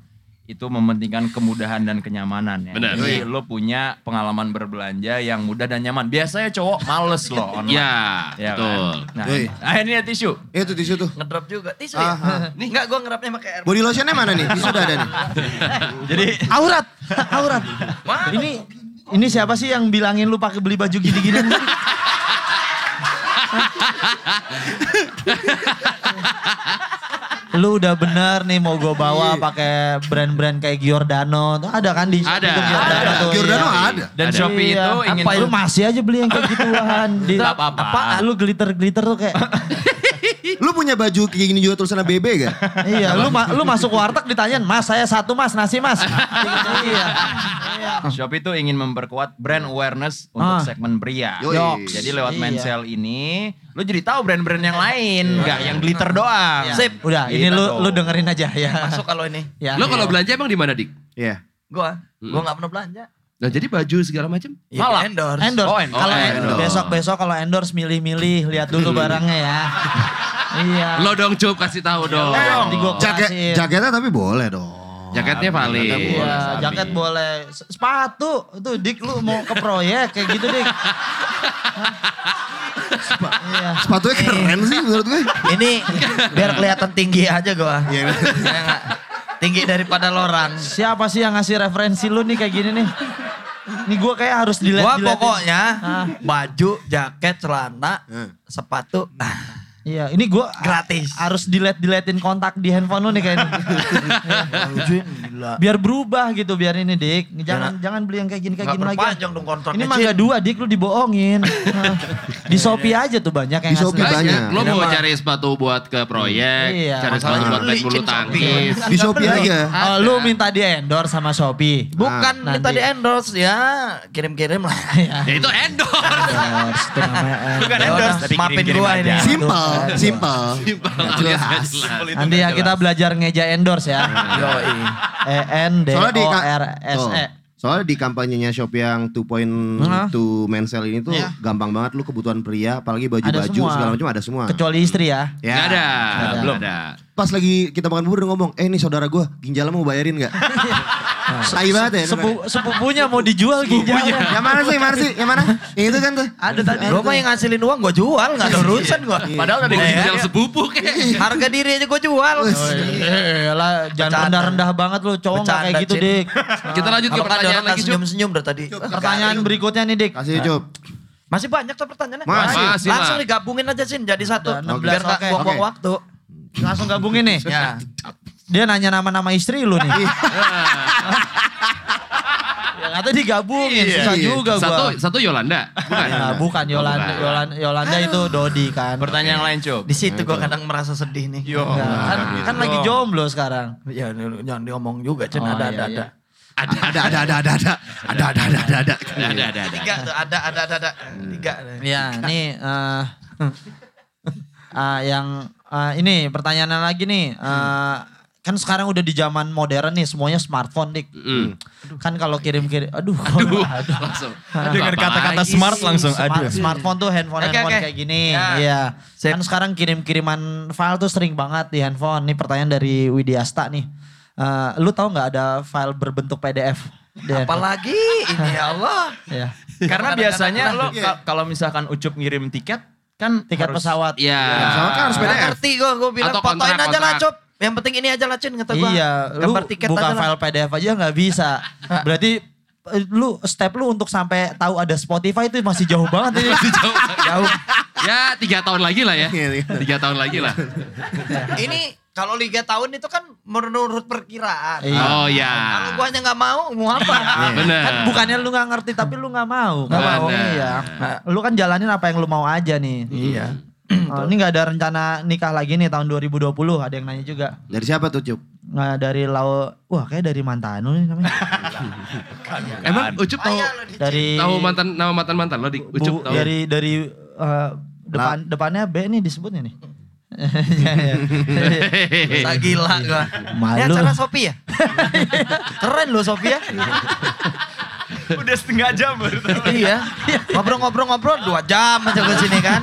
Speaker 6: itu mementingkan kemudahan dan kenyamanan ya.
Speaker 2: Benar.
Speaker 6: Jadi lo punya pengalaman berbelanja yang mudah dan nyaman. Biasanya cowok males lo online.
Speaker 2: Ya,
Speaker 6: Ya kan?
Speaker 2: betul.
Speaker 6: Nah,
Speaker 3: Yoi.
Speaker 6: ah, ini ada tisu.
Speaker 3: Eh, Itu tisu tuh.
Speaker 5: Ngedrop juga. Tisu
Speaker 3: Ah, ah.
Speaker 5: ya? Nih enggak gua ngerapnya pakai air.
Speaker 3: Body lotionnya mana nih? Tisu udah ada nih.
Speaker 6: Jadi
Speaker 4: Aurat, aurat. Ini ini siapa sih yang bilangin lu pakai beli baju
Speaker 3: (laughs)
Speaker 4: gini-gini? lu udah bener nih mau gue bawa
Speaker 3: Iya.
Speaker 4: pakai brand-brand kayak Giordano. Tuh ada kan di
Speaker 2: Ada.
Speaker 4: itu Giordano
Speaker 3: Ada.
Speaker 4: tuh.
Speaker 3: Giordano
Speaker 4: iya.
Speaker 3: ada.
Speaker 6: dan
Speaker 2: Ada.
Speaker 6: Shopee
Speaker 4: Iya.
Speaker 6: itu ingin
Speaker 4: apa lu masih aja beli yang kayak
Speaker 6: (laughs)
Speaker 4: gituan di
Speaker 6: Nggak apa-apa.
Speaker 4: lu glitter glitter tuh kayak
Speaker 6: (laughs)
Speaker 3: Lu punya baju kayak gini juga tulisannya BB gak?
Speaker 4: iya lu ma- lu masuk warteg ditanyain mas saya satu mas nasi
Speaker 6: (laughs)
Speaker 4: mas iya iya
Speaker 6: Shopee itu ingin memperkuat brand awareness
Speaker 4: Ah.
Speaker 6: untuk segmen pria.
Speaker 3: Yoi.
Speaker 6: Yok. Jadi lewat
Speaker 4: Iya.
Speaker 6: mensel ini, lu jadi tahu brand-brand yang lain, nggak yang glitter doang.
Speaker 5: Sip.
Speaker 4: Udah, ini
Speaker 6: Gitu
Speaker 4: lu
Speaker 6: dong.
Speaker 4: lu dengerin aja ya.
Speaker 5: Masuk kalau ini.
Speaker 4: Ya.
Speaker 2: Lo kalau belanja emang di mana, Dik?
Speaker 3: Iya.
Speaker 5: Gua,
Speaker 4: Hmm.
Speaker 5: gua enggak pernah belanja.
Speaker 2: Nah, jadi baju segala macam.
Speaker 5: Ya,
Speaker 6: Malah.
Speaker 5: endorse.
Speaker 4: endorse.
Speaker 6: Oh, endorse.
Speaker 4: Kalau
Speaker 2: Oh,
Speaker 4: en-
Speaker 2: endorse.
Speaker 4: besok-besok kalau endorse milih-milih, lihat dulu barangnya ya. iya.
Speaker 2: Lo dong, Cup, kasih tahu Iya dong.
Speaker 4: Di gua
Speaker 3: Jaket,
Speaker 4: kelasin.
Speaker 3: jaketnya tapi boleh dong.
Speaker 2: Jaketnya valid.
Speaker 4: Iya, jaket boleh. Se- Sepatu, itu dik lu mau ke proyek kayak gitu dik. Hah? iya.
Speaker 3: Sepatunya keren sih menurut gue.
Speaker 5: Ini biar kelihatan tinggi aja gua.
Speaker 3: Iya.
Speaker 5: Ya enggak? Tinggi daripada lorang.
Speaker 4: Siapa sih yang ngasih referensi lu nih kayak gini nih? Nih gua kayak harus dilihat.
Speaker 5: Gua pokoknya
Speaker 4: Ah.
Speaker 5: baju, jaket, celana,
Speaker 3: Hmm.
Speaker 5: sepatu ah,
Speaker 4: Iya, ini gua
Speaker 5: gratis.
Speaker 4: harus dilihat-dilihatin kontak di handphone lu nih kayaknya.
Speaker 5: (laughs) gila.
Speaker 4: biar berubah gitu biar ini dik jangan
Speaker 3: Ya.
Speaker 4: jangan beli yang kayak gini kayak
Speaker 5: Nggak
Speaker 4: gini lagi
Speaker 5: perpanjang dong kontraknya,
Speaker 4: ini
Speaker 5: Cid.
Speaker 4: mangga dua dik lu
Speaker 5: (laughs)
Speaker 4: dibohongin Nah, di shopee aja tuh banyak yang
Speaker 3: Di Shopee
Speaker 4: asli.
Speaker 3: banyak.
Speaker 2: Lo mau
Speaker 4: Kenapa?
Speaker 2: cari sepatu buat ke proyek,
Speaker 4: Iya.
Speaker 2: cari sepatu buat main bulu tangkis.
Speaker 3: Di Shopee
Speaker 5: Iya,
Speaker 3: aja.
Speaker 4: Oh, lu minta di endorse sama shopee
Speaker 5: Bukan
Speaker 4: Ah,
Speaker 5: minta
Speaker 4: nanti.
Speaker 5: di endorse ya, kirim-kirim (laughs) lah.
Speaker 2: Ya itu endorse.
Speaker 4: endorse itu
Speaker 5: (laughs)
Speaker 4: namanya
Speaker 6: Bukan
Speaker 5: Ya
Speaker 6: endorse,
Speaker 5: udah,
Speaker 6: tapi
Speaker 5: maafin
Speaker 6: kirim-kirim
Speaker 5: gua
Speaker 6: aja.
Speaker 5: ini.
Speaker 3: Simple, simple.
Speaker 2: Simpel alias nggak jelas.
Speaker 4: endorse. nanti ya kita belajar ngeja endorse ya
Speaker 5: Nah, Yoi.
Speaker 4: e n d o
Speaker 3: Soalnya di ka-
Speaker 4: r s e
Speaker 3: Tuh. Soalnya di kampanyenya shop yang 2.2 mensel ini tuh
Speaker 4: Iya.
Speaker 3: gampang banget lu kebutuhan pria apalagi baju-baju
Speaker 4: Ada semua.
Speaker 3: segala macam ada semua.
Speaker 4: kecuali istri ya
Speaker 3: Ya.
Speaker 2: Nggak ada,
Speaker 4: Nggak ada.
Speaker 2: belum ada.
Speaker 3: Pas lagi kita makan bubur dia ngomong, "Eh, ini saudara gua, ginjalnya mau bayarin
Speaker 4: (laughs)
Speaker 3: enggak?" Tai banget ya.
Speaker 4: Sepu- sepupunya mau dijual gitu. ginjalnya
Speaker 3: Yang mana sih, yang mana sih, yang mana? Yang itu kan tuh.
Speaker 5: Ada tadi. Gua mah yang ngasilin uang gua jual, nggak
Speaker 4: Iya.
Speaker 5: ada urusan gua. Padahal
Speaker 2: Padahal ada
Speaker 5: Iya.
Speaker 2: ginjal sepupu kayak.
Speaker 5: harga diri aja gua jual.
Speaker 4: Oh, Eh, lah, jangan
Speaker 5: Bercanda.
Speaker 4: rendah-rendah banget lu, cowok nggak kayak
Speaker 5: Bercanda,
Speaker 4: gitu,
Speaker 5: Cid.
Speaker 4: Dik.
Speaker 2: Kita lanjut ke
Speaker 5: Kalau ada
Speaker 2: pertanyaan
Speaker 5: orang
Speaker 2: lagi, Cup.
Speaker 5: senyum-senyum dari tadi.
Speaker 4: Pertanyaan berikutnya nih, Dik.
Speaker 3: Kasih cup.
Speaker 5: Masih banyak tuh pertanyaannya.
Speaker 3: Masih.
Speaker 2: Masih lah.
Speaker 5: Langsung digabungin aja Sin jadi satu.
Speaker 4: Udah, 16,
Speaker 5: Biar nggak
Speaker 4: Nah, oke.
Speaker 5: buang-buang
Speaker 3: Oke.
Speaker 5: waktu.
Speaker 4: Langsung gabungin nih.
Speaker 5: Ya.
Speaker 4: Dia nanya nama-nama istri lu
Speaker 5: (laughs)
Speaker 4: nih. ya, katanya digabungin, susah
Speaker 3: Iya.
Speaker 4: juga gua.
Speaker 2: Satu satu Yolanda, bukan?
Speaker 4: Ya, bukan Yolanda, Yolanda, Yolanda itu Dodi kan.
Speaker 6: Pertanyaan lain, Cuk.
Speaker 5: Di situ gua kadang merasa sedih nih.
Speaker 6: Yo.
Speaker 4: Ya, kan, kan lagi
Speaker 6: Gitu.
Speaker 4: jomblo sekarang.
Speaker 5: Ya jangan diomong juga Cen
Speaker 4: Oh,
Speaker 5: ada
Speaker 4: iya,
Speaker 5: ada
Speaker 4: iya.
Speaker 5: ada.
Speaker 3: Ada ada ada ada ada ada ada ada ada ada ada.
Speaker 2: Ada ada ada. ada.
Speaker 5: Tiga tuh ada ada ada ada. Tiga.
Speaker 4: Ya, ini eh (laughs) eh, yang eh, ini pertanyaan lagi nih. Eh, kan sekarang udah di zaman modern nih, semuanya smartphone, Dik.
Speaker 2: Mm.
Speaker 4: Kan kalau kirim-kirim, aduh,
Speaker 2: Aduh,
Speaker 4: aduh.
Speaker 2: langsung. Apa
Speaker 6: Dengan kata-kata
Speaker 2: lagi?
Speaker 6: smart langsung.
Speaker 4: Smart-
Speaker 6: Aduh.
Speaker 4: smartphone tuh handphone
Speaker 5: Oke,
Speaker 4: handphone
Speaker 5: oke.
Speaker 4: kayak gini.
Speaker 5: Ya.
Speaker 4: Iya.
Speaker 5: Sip.
Speaker 4: Kan sekarang kirim-kiriman file tuh sering banget di handphone. Nih pertanyaan dari Widiasta nih. Eh, lu tahu nggak ada file berbentuk PDF? Di handphone?
Speaker 5: Apalagi ini ya Allah.
Speaker 4: Iya.
Speaker 6: Karena
Speaker 5: Kadang-kadang
Speaker 6: biasanya
Speaker 5: kadang-
Speaker 6: lo ka- kalau misalkan Ucup ngirim tiket kan
Speaker 4: Tiket
Speaker 6: harus-
Speaker 4: pesawat.
Speaker 2: Iya.
Speaker 3: Sama kan harus
Speaker 5: Nggak
Speaker 3: PDF.
Speaker 5: ngerti gua gua bilang
Speaker 2: Atau
Speaker 5: fotoin
Speaker 2: kontrak,
Speaker 5: aja lah
Speaker 2: kontrak.
Speaker 5: Cop. Yang penting ini aja lah Cin kata gua.
Speaker 4: Iya, lu
Speaker 5: Gambar tiket
Speaker 4: buka
Speaker 5: aja lah.
Speaker 4: file PDF aja nggak
Speaker 5: (laughs)
Speaker 4: bisa. Berarti eh, lu step lu untuk sampai tahu ada Spotify itu masih jauh banget ini.
Speaker 2: (laughs) Masih jauh. Jauh. Ya tiga tahun lagi lah ya.
Speaker 3: Iya, iya.
Speaker 2: Tiga tahun lagi lah.
Speaker 5: Ini kalau liga tahun itu kan menurut perkiraan.
Speaker 4: Iya.
Speaker 2: Oh ya.
Speaker 5: Kalau gua hanya nggak mau, mau apa?
Speaker 2: Ah, Benar. Nah.
Speaker 4: Kan bukannya lu nggak ngerti tapi lu nggak mau. Nggak
Speaker 2: Benar.
Speaker 4: mau. Iya. Lu kan jalanin apa yang lu mau aja nih.
Speaker 2: Mm-hmm.
Speaker 5: Iya.
Speaker 4: Oh, ini nggak ada rencana nikah lagi nih tahun 2020 ada yang nanya juga
Speaker 3: Dari siapa tuh cup?
Speaker 4: nggak dari lau wah kayak dari Mantanu nih namanya
Speaker 2: (laughs) Emang Ucup tahu
Speaker 4: dari
Speaker 2: Iya kan? tahu mantan nama mantan mantan lo di
Speaker 4: Bu-
Speaker 2: Ucup tahu. (laughs)
Speaker 4: dari dari eh, depan depannya B nih disebutnya
Speaker 2: (laughs)
Speaker 4: nih (laughs) Iya, iya.
Speaker 5: Bisa gila gua.
Speaker 4: Malu.
Speaker 5: Ini acara Sophie ya? Keren loh Sophie ya.
Speaker 6: Udah setengah jam baru tahu.
Speaker 5: iya. Ngobrol-ngobrol-ngobrol dua jam aja ke sini kan.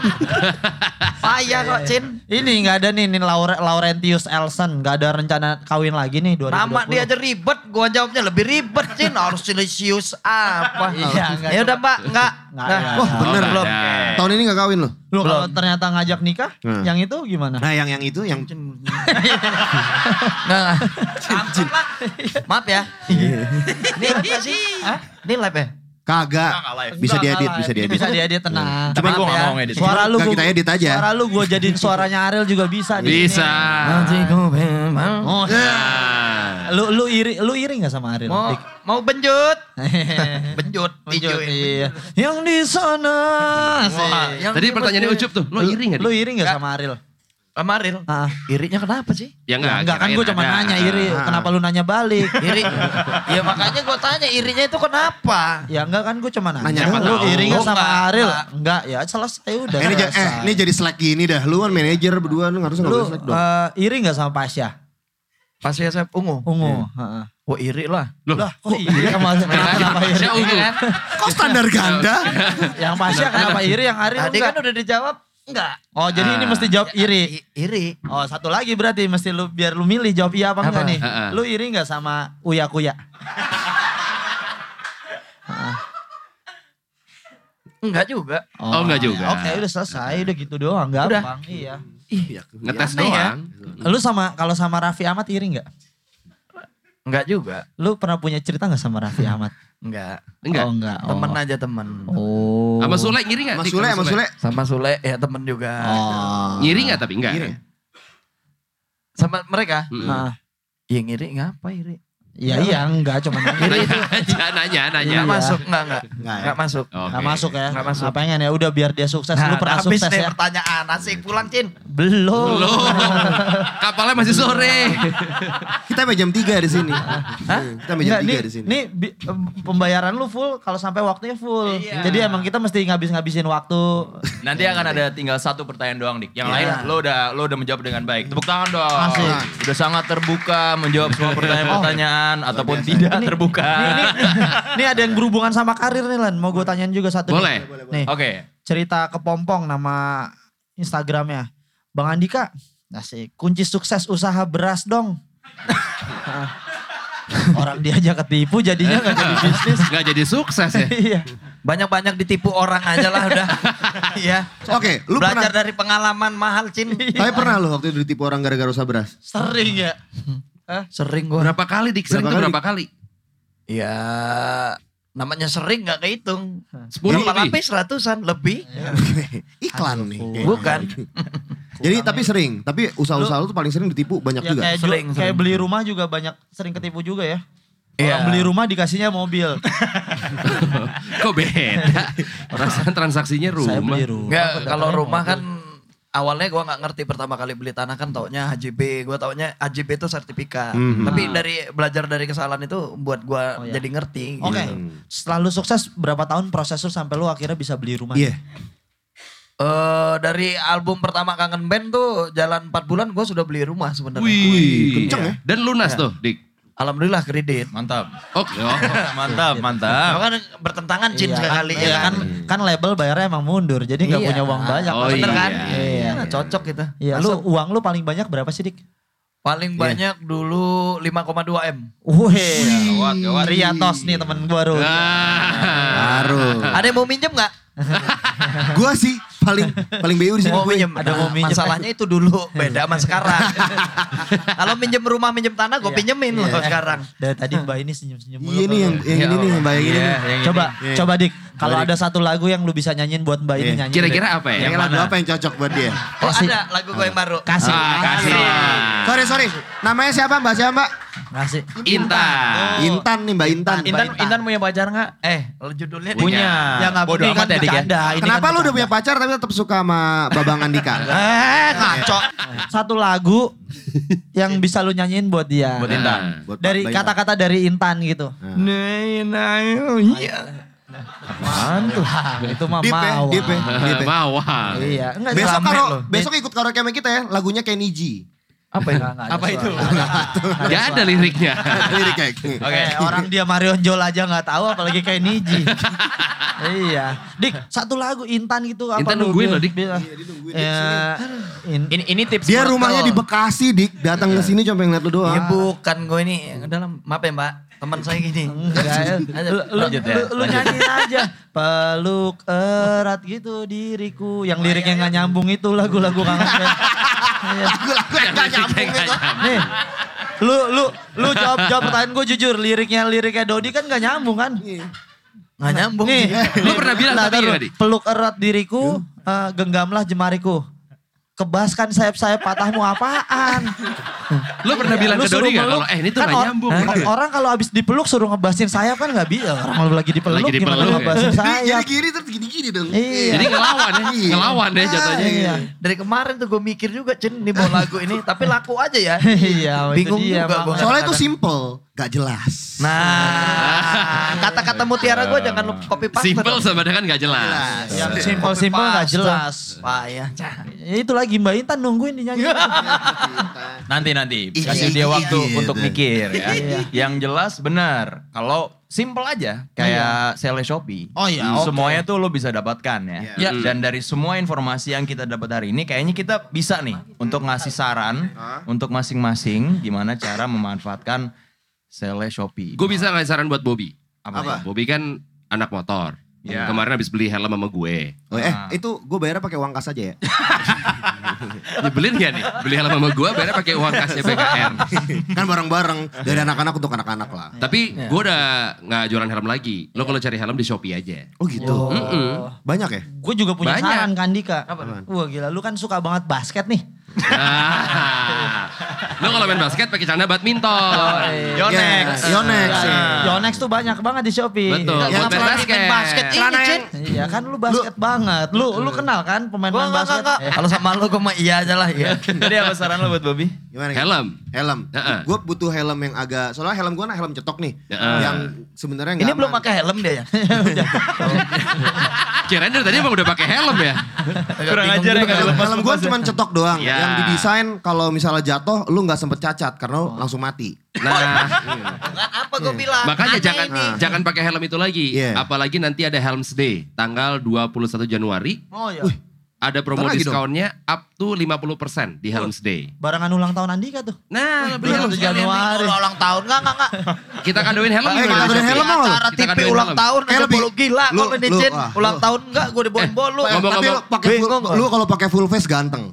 Speaker 5: Payah kok Cin.
Speaker 4: Ini nggak ada nih, ini Laure- Laurentius Elson, nggak ada rencana kawin lagi nih 2020.
Speaker 5: Nama dia aja ribet, gua jawabnya lebih ribet Cin. Harus silisius apa.
Speaker 4: Iya, enggak.
Speaker 5: Ya udah Pak, enggak.
Speaker 4: Enggak,
Speaker 5: Nah,
Speaker 4: ya.
Speaker 3: Wah bener
Speaker 2: Oh,
Speaker 3: loh.
Speaker 2: ada.
Speaker 3: Tahun ini gak kawin loh.
Speaker 4: Lu kalau ternyata ngajak nikah,
Speaker 3: Hmm.
Speaker 4: yang itu gimana?
Speaker 3: Nah yang yang itu yang
Speaker 5: Nah, ampun lah. Maaf ya.
Speaker 4: Iya.
Speaker 5: Ini live gak sih? Ini live ya?
Speaker 3: kagak bisa diedit bisa diedit.
Speaker 4: Bisa diedit tenang.
Speaker 6: Cuman gue gak
Speaker 5: ya.
Speaker 6: mau ngedit.
Speaker 4: Suara lu
Speaker 3: Nggak
Speaker 4: gua-
Speaker 3: kita edit aja.
Speaker 4: Suara lu gue jadiin suaranya Ariel juga bisa. di
Speaker 2: Bisa.
Speaker 5: Nanti ku memang-
Speaker 4: sini. Oh,
Speaker 2: Iya. Nah.
Speaker 4: lu lu iri lu iri nggak sama Ariel?
Speaker 5: Mau,
Speaker 4: Dik?
Speaker 5: mau
Speaker 4: (laughs)
Speaker 5: benjut. Benjut,
Speaker 4: Lanjut,
Speaker 5: ijoin.
Speaker 4: iya. Yang di sana.
Speaker 5: Wah,
Speaker 4: sih.
Speaker 5: yang
Speaker 2: Tadi pertanyaannya
Speaker 5: benjut.
Speaker 2: Ucup tuh, lo iri gak?
Speaker 4: Lu iri nggak sama Ariel?
Speaker 5: Sama Ariel.
Speaker 4: Ah.
Speaker 5: Irinya kenapa sih?
Speaker 2: Ya enggak,
Speaker 4: Ya, enggak kan gue cuma nanya iri, kenapa lu nanya balik? Iya,
Speaker 5: Iri. ya makanya gue tanya irinya itu kenapa?
Speaker 4: Ya enggak kan gue cuma nanya.
Speaker 3: Nanya
Speaker 4: lu
Speaker 2: doang.
Speaker 4: iri nggak
Speaker 5: Oh,
Speaker 4: sama
Speaker 5: enggak,
Speaker 4: Ariel?
Speaker 5: enggak.
Speaker 4: Enggak ya selesai udah.
Speaker 3: Eh, ini, ja- eh,
Speaker 4: selesai.
Speaker 3: ini jadi slack gini dah. Lu kan manajer berdua lu harusnya
Speaker 4: lu
Speaker 3: nggak boleh slack dong.
Speaker 4: eh, iri nggak sama Pasya?
Speaker 5: Pas ya saya ungu.
Speaker 4: Ungu.
Speaker 5: Wah iri lah.
Speaker 2: Loh,
Speaker 4: Lah kok iri sama kenapa, kenapa iri?
Speaker 2: saya ungu.
Speaker 3: Kok standar
Speaker 4: (laughs)
Speaker 3: ganda?
Speaker 4: Yang Pasya kenapa iri, yang Ariel
Speaker 5: Tadi
Speaker 4: enggak?
Speaker 5: kan udah dijawab enggak. Iya,
Speaker 4: Oh jadi
Speaker 2: Ah.
Speaker 4: ini mesti jawab iri.
Speaker 5: I- iri.
Speaker 4: Oh satu lagi berarti mesti lu biar lu milih jawab iya apa enggak
Speaker 5: Apa?
Speaker 4: nih.
Speaker 2: Heeh.
Speaker 4: Lu iri enggak sama Uya Kuya?
Speaker 5: (laughs) Enggak juga.
Speaker 2: Oh, enggak juga.
Speaker 4: Oke udah selesai udah gitu doang gampang. Iya.
Speaker 2: Ngetes
Speaker 5: Aneh ya.
Speaker 2: doang.
Speaker 4: Lu sama kalau sama Raffi Ahmad iri enggak?
Speaker 5: Enggak juga.
Speaker 4: Lu pernah punya cerita enggak sama Raffi Ahmad?
Speaker 5: Enggak.
Speaker 2: Enggak.
Speaker 4: Oh enggak. Oh.
Speaker 5: Temen aja temen.
Speaker 4: Oh.
Speaker 2: Sama Sule ngiri gak?
Speaker 3: Mas Sule, Mas Iya, Sule.
Speaker 5: Sama Sule ya temen juga.
Speaker 4: Oh.
Speaker 2: Ngiri gak tapi enggak?
Speaker 3: Ngiri.
Speaker 5: Sama mereka.
Speaker 2: Mm-mm.
Speaker 4: Ah,
Speaker 5: Ya ngiri ngapa iri?
Speaker 4: ya iya enggak cuma nanya.
Speaker 2: Nanya (laughs) aja, nanya, nanya.
Speaker 4: Iya,
Speaker 5: Enggak Ya, masuk, enggak, enggak.
Speaker 3: Enggak ya.
Speaker 5: Enggak masuk.
Speaker 2: Oke.
Speaker 4: Enggak masuk ya.
Speaker 5: Enggak
Speaker 4: Enggak
Speaker 5: masuk. Nah,
Speaker 4: pengen ya udah biar dia sukses. lu pernah
Speaker 5: Oh. habis
Speaker 4: sukses
Speaker 5: nih
Speaker 4: ya?
Speaker 5: pertanyaan. Asik pulang Cin.
Speaker 4: Belum.
Speaker 2: Belum. Kapalnya masih sore.
Speaker 3: Kita sampai jam 3 di sini. Kita sampai jam
Speaker 4: Enggak,
Speaker 3: 3
Speaker 4: nih-
Speaker 3: di sini.
Speaker 4: Nih bi- em, pembayaran lu full kalau sampai waktunya full.
Speaker 5: Iya.
Speaker 4: Jadi emang kita mesti ngabis-ngabisin waktu.
Speaker 6: Nanti akan ada tinggal satu pertanyaan doang, Dik. Yang lain lo udah lo udah menjawab dengan baik. Tepuk tangan dong.
Speaker 4: Asik.
Speaker 6: Udah sangat terbuka menjawab (laughs) semua pertanyaan-pertanyaan ataupun tidak terbuka.
Speaker 4: Ini ada yang berhubungan sama karir nih Lan, mau gue tanyain juga satu.
Speaker 2: Boleh.
Speaker 4: Nih. Nih,
Speaker 6: Oke.
Speaker 4: cerita kepompong nama Instagramnya. Bang Andika, asik. Kunci sukses usaha beras dong. Ah. Orang dia aja ketipu jadinya gak
Speaker 2: (laughs)
Speaker 4: jadi bisnis.
Speaker 2: Enggak jadi sukses ya.
Speaker 4: Iya.
Speaker 5: Banyak-banyak ditipu orang aja lah (laughs) udah. Iya.
Speaker 3: Oke, lu
Speaker 5: Belajar
Speaker 3: pernah
Speaker 5: dari pengalaman mahal Cin.
Speaker 3: (laughs) tapi pernah lu waktu itu ditipu orang gara-gara usaha beras?
Speaker 4: Sering ya.
Speaker 5: Sering gue.
Speaker 2: Berapa kali dik? Sering tuh
Speaker 3: Berapa kali?
Speaker 2: berapa kali? (laughs)
Speaker 5: Ya namanya sering nggak kehitung.
Speaker 2: 10
Speaker 5: Berapa
Speaker 2: lebih.
Speaker 5: lapis ratusan lebih.
Speaker 3: Iklan nih. kayaknya.
Speaker 5: Bukan.
Speaker 3: (laughs) Jadi tapi sering, tapi usaha-usaha lu tuh paling sering ditipu banyak
Speaker 4: Ya,
Speaker 3: juga.
Speaker 4: kayak, ju-
Speaker 5: Sering,
Speaker 4: kayak
Speaker 5: sering.
Speaker 4: beli rumah juga banyak sering ketipu juga ya.
Speaker 5: Iya.
Speaker 4: Orang beli rumah dikasihnya
Speaker 3: (laughs)
Speaker 4: mobil.
Speaker 3: Iya.
Speaker 2: Kok beda? Perasaan transaksinya
Speaker 4: Saya
Speaker 2: rumah.
Speaker 4: beli rumah.
Speaker 5: Nggak kalau
Speaker 4: Pendapatnya
Speaker 5: rumah
Speaker 4: mobil.
Speaker 5: kan awalnya gua nggak ngerti pertama kali beli tanah kan taunya HJB. Gua taunya HJB itu sertifikat. Tapi dari belajar dari kesalahan itu buat
Speaker 4: Mhm.
Speaker 5: gua
Speaker 4: Oh, iya.
Speaker 5: jadi ngerti. gitu.
Speaker 4: Oke, setelah lu sukses berapa tahun proses lu sampai lu akhirnya bisa beli rumah?
Speaker 3: Iya.
Speaker 5: Eh, dari album pertama Kangen Band tuh jalan 4 bulan gua sudah beli rumah sebenarnya.
Speaker 2: Wih.
Speaker 3: kenceng ya.
Speaker 2: Dan lunas tuh dik.
Speaker 5: Alhamdulillah kredit.
Speaker 6: Mantap.
Speaker 4: (laughs)
Speaker 2: Oke. Oh.
Speaker 6: Mantap, mantap.
Speaker 5: Kan bertentangan Cin
Speaker 4: Iya,
Speaker 5: sekali
Speaker 4: kan, iya,
Speaker 5: ya
Speaker 4: kan, kan label bayarnya emang mundur, jadi nggak
Speaker 5: Iya.
Speaker 4: punya uang banyak.
Speaker 2: Oh,
Speaker 5: Bener
Speaker 2: iya.
Speaker 5: kan?
Speaker 4: Iya.
Speaker 5: Nah, cocok gitu.
Speaker 4: Iya, lu uang lu paling banyak berapa sih, Dik?
Speaker 5: Paling banyak dulu 5,2 M.
Speaker 4: Wih, Riatos nih temen gue baru.
Speaker 2: Ah.
Speaker 3: Baru.
Speaker 5: Ada yang mau minjem nggak?
Speaker 3: Gua sih paling paling BU di sini
Speaker 5: Mau
Speaker 3: gue.
Speaker 5: minjem.
Speaker 4: Ada mau
Speaker 5: Nah,
Speaker 4: minjem.
Speaker 5: Masalahnya itu dulu, beda
Speaker 4: (laughs)
Speaker 5: sama sekarang. Kalau minjem rumah, minjem tanah, gue
Speaker 4: Iya.
Speaker 5: pinjemin loh sekarang.
Speaker 4: Dari tadi mbak ini senyum-senyum mulu
Speaker 3: Iya nih yang
Speaker 4: kalau-
Speaker 3: yang ini nih yang bayangin ini.
Speaker 6: Iya, yang ini.
Speaker 4: Coba,
Speaker 3: Iya.
Speaker 4: coba Dik, kalau
Speaker 3: Dik.
Speaker 4: ada satu lagu yang lu bisa nyanyiin buat mbak ini
Speaker 3: Iya.
Speaker 4: nyanyi.
Speaker 2: Kira-kira apa ya?
Speaker 3: Yang lagu apa yang cocok buat dia?
Speaker 5: Oh
Speaker 4: Kasih.
Speaker 5: ada lagu gue yang baru.
Speaker 4: Kasih.
Speaker 2: Ah, kasih. lah.
Speaker 3: Sorry sorry, namanya siapa Mbak siapa Mbak?
Speaker 4: Kasih.
Speaker 2: Intan.
Speaker 3: Intan nih Mbak Intan.
Speaker 6: Intan, Intan punya pacar nggak?
Speaker 5: Eh, judulnya
Speaker 2: Punya.
Speaker 4: Ya nggak
Speaker 6: Bodoh
Speaker 4: ini
Speaker 6: amat ya, Dik ya.
Speaker 4: bercanda, ini
Speaker 3: Kenapa
Speaker 4: kan
Speaker 3: lu udah punya
Speaker 4: bercanda.
Speaker 3: pacar tapi tetap suka sama Babang Andika?
Speaker 5: Eh, ngaco.
Speaker 4: satu lagu yang bisa lu nyanyiin buat dia? Ah.
Speaker 6: Buat Intan.
Speaker 3: Buat Ah.
Speaker 4: Dari
Speaker 3: Mbak Intan.
Speaker 4: kata-kata dari Intan gitu.
Speaker 5: Nei, nei, iya.
Speaker 4: Mantul. itu mah
Speaker 3: Deep ya,
Speaker 4: mau.
Speaker 3: deep
Speaker 2: (laughs)
Speaker 3: ya, deep ya.
Speaker 2: Mawar.
Speaker 4: Iya, enggak
Speaker 3: Besok
Speaker 4: selamat
Speaker 3: karo,
Speaker 4: loh.
Speaker 3: besok ikut karaoke sama kita ya, lagunya Kenny G.
Speaker 5: Apa itu?
Speaker 4: Apa itu?
Speaker 2: Gak ada
Speaker 4: (laughs)
Speaker 2: liriknya.
Speaker 3: Lirik kayak gini.
Speaker 4: Oke, orang dia Marion Jol aja nggak tahu apalagi kayak Niji. iya. Dik, satu lagu Intan gitu apa
Speaker 2: Intan
Speaker 4: lu
Speaker 2: nungguin
Speaker 4: bil-
Speaker 2: loh, Dik.
Speaker 3: Iya,
Speaker 4: bil- Ya, in-
Speaker 1: Ini, ini tips
Speaker 3: Dia
Speaker 1: wortel.
Speaker 3: rumahnya di Bekasi, Dik. Datang ke sini cuma pengen ngeliat lu
Speaker 4: Iya,
Speaker 3: doang.
Speaker 5: Ya bukan gue ini dalam maaf ya Mbak, teman saya gini.
Speaker 4: Enggak,
Speaker 5: (laughs)
Speaker 4: ya. lu, lu,
Speaker 6: Lanjut ya,
Speaker 4: lu, lu
Speaker 6: lanjut.
Speaker 4: nyanyiin aja. Peluk erat gitu diriku. Yang liriknya nggak nyambung itu lagu-lagu kangen. band. Iya. Nih, lu lu lu jawab jawab pertanyaan gue jujur liriknya liriknya Dodi kan nggak nyambung kan?
Speaker 5: Nggak nyambung Iya.
Speaker 4: Nih,
Speaker 5: sih.
Speaker 2: Lu pernah bilang
Speaker 4: Nah,
Speaker 2: tadi
Speaker 4: taruh.
Speaker 2: tadi.
Speaker 4: peluk erat diriku, eh, genggamlah jemariku. Kebaskan sayap-sayap patahmu apaan?
Speaker 2: Lu pernah bilang ke
Speaker 4: Lu
Speaker 2: Dodi
Speaker 4: suruh
Speaker 2: gak kalau
Speaker 4: meluk.
Speaker 2: eh ini tuh
Speaker 4: Kan
Speaker 2: gak
Speaker 4: or-
Speaker 2: nyambung.
Speaker 4: eh,
Speaker 2: Bener.
Speaker 4: Orang kalau habis dipeluk suruh ngebasin sayap kan nggak bisa. Orang kalau lagi dipeluk,
Speaker 2: Lagi
Speaker 4: gimana
Speaker 2: dipeluk, ya.
Speaker 4: ngebasin
Speaker 3: Jadi, jadi
Speaker 4: sayap?
Speaker 3: kiri terus gini-gini dong.
Speaker 4: Iya.
Speaker 2: Jadi ngelawan ya,
Speaker 3: Iya.
Speaker 2: ngelawan deh jatuhnya.
Speaker 4: Iya.
Speaker 5: Dari kemarin tuh gue mikir juga Cen nih mau lagu ini tapi laku aja ya.
Speaker 4: Iya, itu
Speaker 5: Bingung
Speaker 4: dia,
Speaker 5: juga gue.
Speaker 4: makanya.
Speaker 3: Soalnya itu simple, gak jelas.
Speaker 5: Nah, kata-kata mutiara gue jangan lu copy paste. Iya,
Speaker 2: Simple sama dengan gak jelas.
Speaker 4: Yang simpel-simpel nggak jelas.
Speaker 5: Wah ya.
Speaker 4: Ya, itu lagi Mbak Intan nungguin dinyanyi.
Speaker 6: Nanti nanti
Speaker 3: Iya,
Speaker 6: kasih
Speaker 3: iya,
Speaker 6: dia waktu
Speaker 3: iya,
Speaker 6: untuk
Speaker 3: iya.
Speaker 6: mikir ya. Yang jelas benar. Kalau simple aja
Speaker 5: Iya.
Speaker 4: Ya.
Speaker 6: kayak sale Shopee.
Speaker 4: Oh iya, oke.
Speaker 6: Semuanya tuh lo bisa dapatkan ya.
Speaker 1: Iya.
Speaker 6: Dan dari semua informasi yang kita dapat hari ini kayaknya kita bisa nih untuk ngasih saran untuk masing-masing gimana cara memanfaatkan sale Shopee.
Speaker 2: Gue bisa ngasih saran buat Bobby.
Speaker 6: Apa? ya?
Speaker 2: Bobby kan anak motor.
Speaker 6: Iya.
Speaker 2: Kemarin habis beli helm sama
Speaker 3: (laughs)
Speaker 2: gue.
Speaker 3: Oh, eh, itu gue bayarnya pakai uang kas aja ya.
Speaker 2: Nyebelin gak nih? Beli helm sama gue, bayarnya pakai uang kasnya
Speaker 3: (laughs)
Speaker 2: BKR.
Speaker 3: kan bareng-bareng dari anak-anak untuk anak-anak lah.
Speaker 2: Tapi gue udah nggak jualan helm lagi. Lo kalau cari helm di Shopee
Speaker 3: (laughs)
Speaker 2: aja.
Speaker 3: Oh gitu.
Speaker 2: Mm-mm.
Speaker 3: Banyak ya?
Speaker 4: Gue juga punya
Speaker 2: Banyak.
Speaker 4: saran kan Dika. Wah gila, lu kan suka banget basket nih.
Speaker 2: Ah. Lo kalau main basket pakai celana Oh, badminton.
Speaker 3: Ya,
Speaker 6: Yonex.
Speaker 3: Yonex. ya.
Speaker 4: Iya. Yonex tuh banyak banget di Shopee.
Speaker 2: Betul,
Speaker 4: Iya,
Speaker 2: buat main
Speaker 4: apalagi
Speaker 2: basket.
Speaker 4: main basket.
Speaker 5: Celana yang
Speaker 4: Iya kan lu basket banget. Lu lu
Speaker 5: Iya.
Speaker 4: kenal kan pemain
Speaker 5: Gue
Speaker 4: main
Speaker 5: enggak
Speaker 4: basket?
Speaker 5: enggak. Kalau sama lu gue mah iya aja lah (laughs) ya.
Speaker 6: Tadi apa saran lo buat Bobby?
Speaker 3: Gimana? Helm.
Speaker 2: Helm.
Speaker 3: Helm.
Speaker 2: Heeh.
Speaker 3: Gue butuh helm yang agak soalnya helm gue nah helm cetok nih.
Speaker 2: Heeh.
Speaker 3: Yang sebenarnya enggak
Speaker 5: Ini belum pakai helm dia ya.
Speaker 2: Kirain dari tadi emang udah pakai helm ya.
Speaker 6: Kurang ajar ya nggak
Speaker 3: Helm,
Speaker 6: lepas
Speaker 3: helm gue
Speaker 6: lepas ya.
Speaker 3: cuma cetok doang.
Speaker 2: Ya.
Speaker 3: Yang didesain kalau misalnya jatuh lu nggak sempet cacat karena lu langsung mati.
Speaker 2: Nah,
Speaker 5: Kan (laughs) apa gue bilang.
Speaker 2: makanya
Speaker 5: aneh
Speaker 2: jangan
Speaker 5: ini.
Speaker 2: jangan pakai helm itu lagi.
Speaker 3: Iya.
Speaker 2: Apalagi nanti ada Helms Day tanggal 21 Januari.
Speaker 4: Oh iya.
Speaker 2: Ada promo
Speaker 3: Bentar lagi dong.
Speaker 2: diskonnya up to 50% di Helms Day.
Speaker 4: Barangan ulang tahun Andika tuh.
Speaker 2: Nah, beli helm
Speaker 4: 21
Speaker 2: sekalian.
Speaker 4: Januari.
Speaker 5: Kalau ulang tahun enggak enggak enggak.
Speaker 2: Kita kadoin helm. gimana
Speaker 3: Eh,
Speaker 2: di
Speaker 3: kita kadoin
Speaker 2: Shopee?
Speaker 3: helm apa?
Speaker 5: Acara
Speaker 2: Kita
Speaker 5: TV
Speaker 2: kadoin
Speaker 5: ulang
Speaker 2: helm.
Speaker 5: tahun
Speaker 3: Eh,
Speaker 5: ada
Speaker 3: lebih-
Speaker 5: bolu gila
Speaker 3: lu-
Speaker 5: kalau ini
Speaker 3: lu-
Speaker 5: Cin.
Speaker 3: wah,
Speaker 5: Ulang
Speaker 3: lu.
Speaker 5: tahun enggak gue dibawain bolu.
Speaker 3: Eh,
Speaker 2: Ngomong-
Speaker 3: Tapi lu
Speaker 2: ngomong.
Speaker 3: pakai full,
Speaker 5: Bingung gua.
Speaker 3: lu kalau pakai full face ganteng.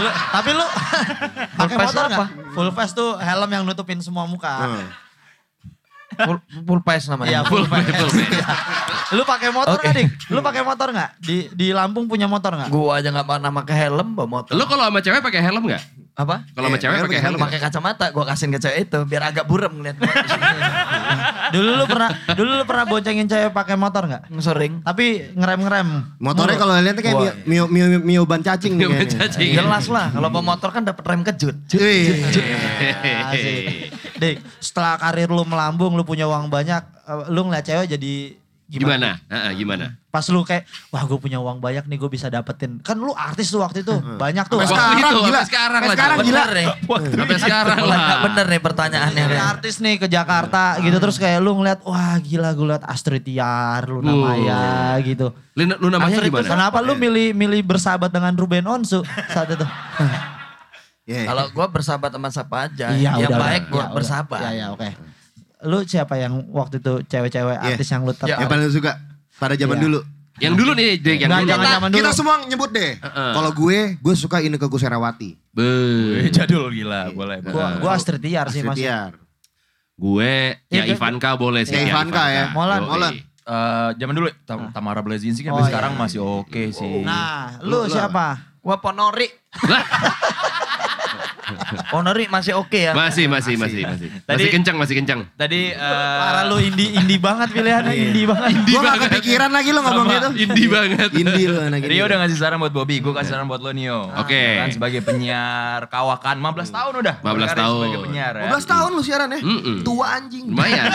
Speaker 4: Lu, tapi lu
Speaker 5: (laughs)
Speaker 4: pakai
Speaker 5: face
Speaker 4: motor
Speaker 5: apa?
Speaker 4: apa? Full face tuh helm yang nutupin semua muka.
Speaker 3: Heeh.
Speaker 5: Full, full price namanya.
Speaker 4: Iya,
Speaker 2: Full face, full face.
Speaker 4: (laughs) Lu pakai motor
Speaker 5: Oke.
Speaker 4: nggak, Dik? Lu pakai motor nggak? Di di Lampung punya motor nggak?
Speaker 5: Gua aja nggak pernah pakai helm bawa motor.
Speaker 2: Lu kalau sama cewek pakai helm nggak?
Speaker 5: apa?
Speaker 2: Kalau sama
Speaker 3: Iya,
Speaker 2: cewek
Speaker 3: pakai
Speaker 2: pakai helm.
Speaker 3: helm.
Speaker 5: Pakai kacamata gua kasihin ke cewek itu biar agak burem ngeliat gua.
Speaker 4: Dulu lu pernah dulu lu pernah boncengin cewek pakai motor nggak?
Speaker 5: sering.
Speaker 4: Tapi ngerem-ngerem.
Speaker 3: Motornya kalau lihat kayak
Speaker 5: Wah.
Speaker 3: mio, mio, mio, mio ban cacing Iya, nih
Speaker 2: Nggak
Speaker 3: kayaknya.
Speaker 2: mencacing.
Speaker 5: Jelas lah kalau bawa motor kan dapat rem kejut.
Speaker 3: Wih.
Speaker 4: (laughs) Asik. Dik, setelah karir lu melambung, lu punya uang banyak, eh, lu ngeliat cewek jadi gimana?
Speaker 2: Gimana? Heeh, gimana?
Speaker 4: Pas lu kayak, wah gue punya uang banyak nih gue bisa dapetin. Kan lu artis tuh waktu itu, banyak
Speaker 3: Hmm.
Speaker 4: tuh.
Speaker 3: Sampai
Speaker 2: Waktu
Speaker 3: sekarang,
Speaker 2: itu,
Speaker 3: gila.
Speaker 2: sampai sekarang
Speaker 3: Sampai
Speaker 2: lah,
Speaker 3: sekarang
Speaker 2: Jawa.
Speaker 3: gila.
Speaker 5: nih.
Speaker 2: Sampai sekarang
Speaker 5: Mulai nggak
Speaker 2: lah.
Speaker 5: Oh, bener nih pertanyaannya.
Speaker 4: Lu
Speaker 5: Ren.
Speaker 4: artis nih ke Jakarta
Speaker 3: Hmm.
Speaker 4: gitu, terus kayak lu ngeliat, wah gila gue liat Astrid Tiar, Luna
Speaker 2: Uh.
Speaker 4: Maya gitu.
Speaker 2: Lu, lu namanya
Speaker 4: Akhirnya
Speaker 2: gimana?
Speaker 4: Kenapa lu milih milih bersahabat dengan Ruben Onsu saat itu?
Speaker 3: Iya.
Speaker 5: Kalau gua bersahabat sama siapa aja,
Speaker 4: Iya,
Speaker 5: kan? yang
Speaker 4: udah,
Speaker 5: baik
Speaker 4: udah.
Speaker 5: gua
Speaker 4: Ya, udah.
Speaker 5: bersahabat.
Speaker 4: Ya, ya, oke. Lu siapa yang waktu itu cewek-cewek
Speaker 3: Iya.
Speaker 4: artis yang lu tetap?
Speaker 3: Yang paling lu suka pada zaman
Speaker 4: Iya.
Speaker 3: dulu.
Speaker 2: Yang dulu nih, Dek, yang
Speaker 4: Nggak,
Speaker 2: dulu.
Speaker 4: jangan zaman dulu.
Speaker 3: Kita semua nyebut deh. Kalau gue, gue suka Ineke Kusherawati.
Speaker 2: Be-
Speaker 6: Eh, (laughs) Jadul
Speaker 4: Iya.
Speaker 6: gila, boleh.
Speaker 4: Gua, gua Astrid Tiar sih mas.
Speaker 3: Astrid
Speaker 2: Gue, ya
Speaker 4: Ya, gue-
Speaker 2: Ivanka boleh sih.
Speaker 3: Ya,
Speaker 2: ya,
Speaker 3: Ivanka ya.
Speaker 4: Molan,
Speaker 2: Yoi.
Speaker 3: Molan.
Speaker 6: Eh, zaman dulu Tam- Tamara Blazinski kan
Speaker 4: Oh,
Speaker 6: sampai
Speaker 4: iya.
Speaker 6: sekarang masih oke sih.
Speaker 4: Nah, lu,
Speaker 3: Lu- lu
Speaker 4: siapa?
Speaker 5: (laughs) Gua ponori.
Speaker 2: Lah,
Speaker 5: Honornya masih oke ya.
Speaker 2: Masih, masih, masih, masih. Masih
Speaker 6: Tadi-
Speaker 2: kencang, masih kencang.
Speaker 6: Tadi eh,
Speaker 4: Iya. Parah lu indie indie banget pilihannya
Speaker 6: Iya.
Speaker 4: indie banget.
Speaker 3: Gue gak kepikiran lagi lo ngomong
Speaker 2: Sama,
Speaker 3: gitu.
Speaker 2: indie banget.
Speaker 3: Indie lo anak
Speaker 6: Rio
Speaker 3: indie.
Speaker 6: udah ngasih saran buat Bobby, gue
Speaker 4: Iya.
Speaker 6: kasih saran buat lo Nio.
Speaker 4: Nah.
Speaker 2: Oke.
Speaker 6: Ya Kan sebagai penyiar kawakan 15
Speaker 4: Iya.
Speaker 6: tahun udah.
Speaker 2: 15
Speaker 6: berkarya
Speaker 2: tahun.
Speaker 6: Sebagai penyiar ya.
Speaker 3: 15 tahun lu siaran ya.
Speaker 2: Mm-mm.
Speaker 3: Tua anjing.
Speaker 2: Lumayan.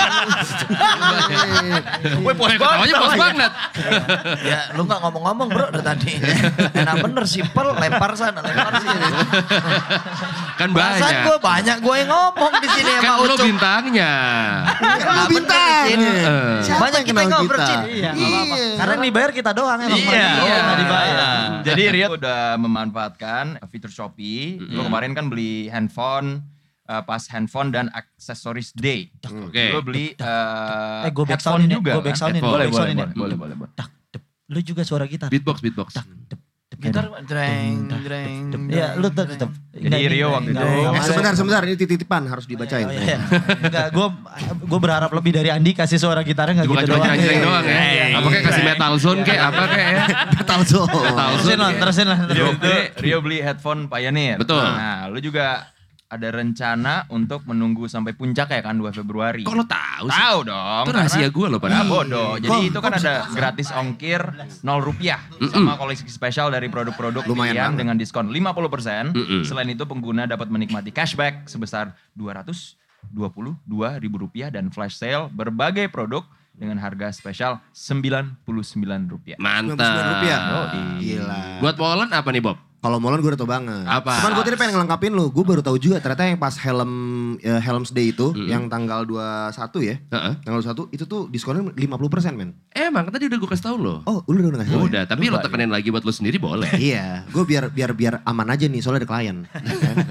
Speaker 2: Wih, pos banget. pos banget.
Speaker 5: Ya lu gak ngomong-ngomong bro dari tadi. Enak bener simple lempar sana lempar sini.
Speaker 2: Kan
Speaker 5: Perasaan
Speaker 2: banyak.
Speaker 5: gue banyak gue yang ngomong di sini
Speaker 2: Kan
Speaker 5: sama
Speaker 2: lo
Speaker 5: Ucup.
Speaker 2: bintangnya.
Speaker 3: Kan lu
Speaker 5: Nah,
Speaker 3: bintang.
Speaker 5: bener di sini.
Speaker 3: Siapa yang
Speaker 5: Banyak kita
Speaker 3: kenal
Speaker 5: yang
Speaker 3: kita?
Speaker 5: ngobrol, Cin.
Speaker 4: Iya, nggak apa-apa. Karena yang dibayar kita doang emang.
Speaker 6: Iya.
Speaker 4: Oh, nggak dibayar.
Speaker 6: Jadi Rio udah memanfaatkan fitur Shopee. Lo kemarin kan beli handphone, eh, pas handphone dan aksesoris day.
Speaker 2: Oke.
Speaker 6: Lo beli eh,
Speaker 4: Eh, gue back sound
Speaker 6: headphone
Speaker 4: ini,
Speaker 6: juga.
Speaker 4: gue back
Speaker 6: kan?
Speaker 4: sound ini,
Speaker 6: Boleh,
Speaker 4: gue back ya.
Speaker 6: boleh,
Speaker 4: sound ini.
Speaker 6: boleh, boleh, boleh, boleh.
Speaker 4: Tak, dep. Lu juga suara gitar.
Speaker 2: Beatbox, beatbox.
Speaker 4: Tak, dep, dep.
Speaker 5: Gitar
Speaker 4: dep,
Speaker 5: dreng
Speaker 4: dep,
Speaker 5: dreng.
Speaker 4: dep.
Speaker 5: dreng,
Speaker 4: Iya, lu tetep.
Speaker 5: dreng.
Speaker 4: tetep.
Speaker 6: Jadi
Speaker 4: Nggak,
Speaker 6: Rio
Speaker 4: nggak,
Speaker 6: waktu
Speaker 4: nggak,
Speaker 6: itu-
Speaker 4: nggak.
Speaker 3: Eh, sebentar, sebentar. Ini titipan harus dibacain.
Speaker 4: Oh, iya. Enggak, gue gue berharap lebih dari Andi kasih suara gitarnya nggak
Speaker 2: Bukan
Speaker 4: gitu
Speaker 2: cuma
Speaker 4: doang.
Speaker 2: cireng doang ya.
Speaker 3: Iya,
Speaker 2: Apa kayak kasih metal zone kayak apa kayak ya.
Speaker 3: Metal zone.
Speaker 4: Terusin lah, terusin lah.
Speaker 6: Jadi waktu itu Rio beli headphone Pioneer.
Speaker 2: Betul.
Speaker 6: Nah, lu juga ada rencana untuk menunggu sampai puncak ya kan 2 Februari.
Speaker 2: Kok lo tahu
Speaker 3: Oh,
Speaker 2: sih?
Speaker 6: Tahu dong.
Speaker 2: Itu rahasia
Speaker 6: karena-
Speaker 2: gue loh
Speaker 6: Nah,
Speaker 2: padahal.
Speaker 6: bodoh.
Speaker 3: Hmm.
Speaker 6: Jadi itu kan ada gratis ongkir 0 rupiah sama koleksi spesial dari produk-produk
Speaker 3: Hmm. Lumayan
Speaker 6: pilihan
Speaker 3: banget. Hmm.
Speaker 6: dengan diskon 50%.
Speaker 2: Mm-mm.
Speaker 6: Selain itu pengguna dapat menikmati cashback sebesar 222.000 rupiah dan flash sale berbagai produk dengan harga spesial 99 rupiah.
Speaker 3: rupiah. Oh, iya.
Speaker 2: Mantap.
Speaker 3: Gila.
Speaker 2: Buat Poland apa nih Bob?
Speaker 3: Kalau Molen gue udah tau banget.
Speaker 2: Apa?
Speaker 3: Cuman gue tadi pengen ngelengkapin lu. Gue baru tahu juga ternyata yang pas helm eh, Helms Day itu yang tanggal 21 ya.
Speaker 2: Heeh.
Speaker 3: Tanggal 21 itu tuh diskonnya 50% men.
Speaker 2: Eh, Emang kan tadi udah gue kasih tau lo.
Speaker 3: Oh, lu udah ngasih tau ya?
Speaker 2: Udah, tapi lo tekenin lagi buat lo sendiri boleh.
Speaker 3: Iya, gue biar biar biar aman aja nih soalnya ada klien. ya kan?
Speaker 2: (laughs)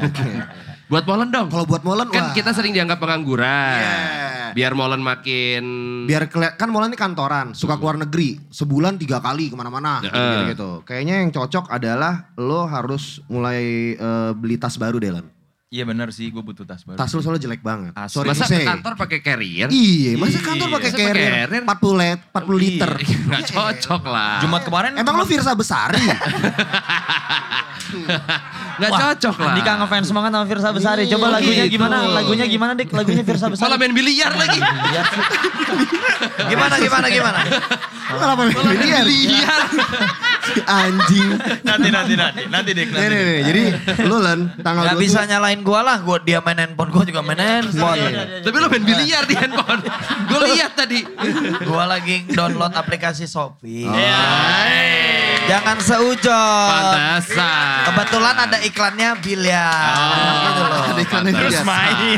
Speaker 2: Buat Molen dong.
Speaker 3: Kalau buat Molen
Speaker 2: Kan
Speaker 3: wah,
Speaker 2: kita sering dianggap pengangguran.
Speaker 3: Iya.
Speaker 2: Biar Molen makin...
Speaker 3: biar keliat- kan Molen ini kantoran, suka
Speaker 2: Hmm.
Speaker 3: keluar negeri, sebulan tiga kali kemana-mana
Speaker 2: Heeh.
Speaker 3: gitu, gitu. Kayaknya yang cocok adalah lo harus mulai eh, beli tas baru Delan.
Speaker 6: Iya bener sih, gue butuh tas baru.
Speaker 3: Tas lo soalnya jelek banget.
Speaker 6: Asli.
Speaker 3: Sorry
Speaker 2: Ah, Masa
Speaker 3: to say.
Speaker 2: ke kantor pakai carrier?
Speaker 3: Iya, masa kantor
Speaker 2: Iya,
Speaker 3: pakai
Speaker 2: masa pakai
Speaker 3: carrier
Speaker 2: carrier?
Speaker 3: 40 let, 40 liter.
Speaker 2: (laughs) Nggak cocok lah.
Speaker 6: Jumat kemarin
Speaker 3: Emang lo Firsa Besari?
Speaker 2: (laughs) Nggak cocok lah.
Speaker 4: Andika ngefans banget sama Firsa Besari. Coba
Speaker 3: Iya,
Speaker 4: lagunya
Speaker 3: gitu.
Speaker 4: gimana? Lagunya gimana, Dik? Lagunya Firsa
Speaker 2: Malah
Speaker 4: Besari.
Speaker 2: main biliar lagi.
Speaker 5: Gimana gimana gimana.
Speaker 3: Kenapa miliar?
Speaker 2: Iya.
Speaker 3: Anjing.
Speaker 6: (laughs) nanti nanti nanti nanti dik
Speaker 3: Nih, nih, nih. Jadi lo Len, tanggal
Speaker 5: Gak
Speaker 3: 20
Speaker 5: bisa nyalain gue lah. Gue dia main handphone gue juga main
Speaker 3: iya.
Speaker 5: handphone.
Speaker 2: Tapi lo main biliar di handphone. Gue lihat tadi.
Speaker 5: Gua lagi download aplikasi Shopee.
Speaker 2: Oh. Hai.
Speaker 5: Jangan seujon.
Speaker 2: Pantesan.
Speaker 5: Kebetulan ada iklannya biliar.
Speaker 2: Oh. Iya,
Speaker 5: Gitu loh.
Speaker 3: Ada iklannya
Speaker 2: Pantes.
Speaker 3: juga.
Speaker 6: main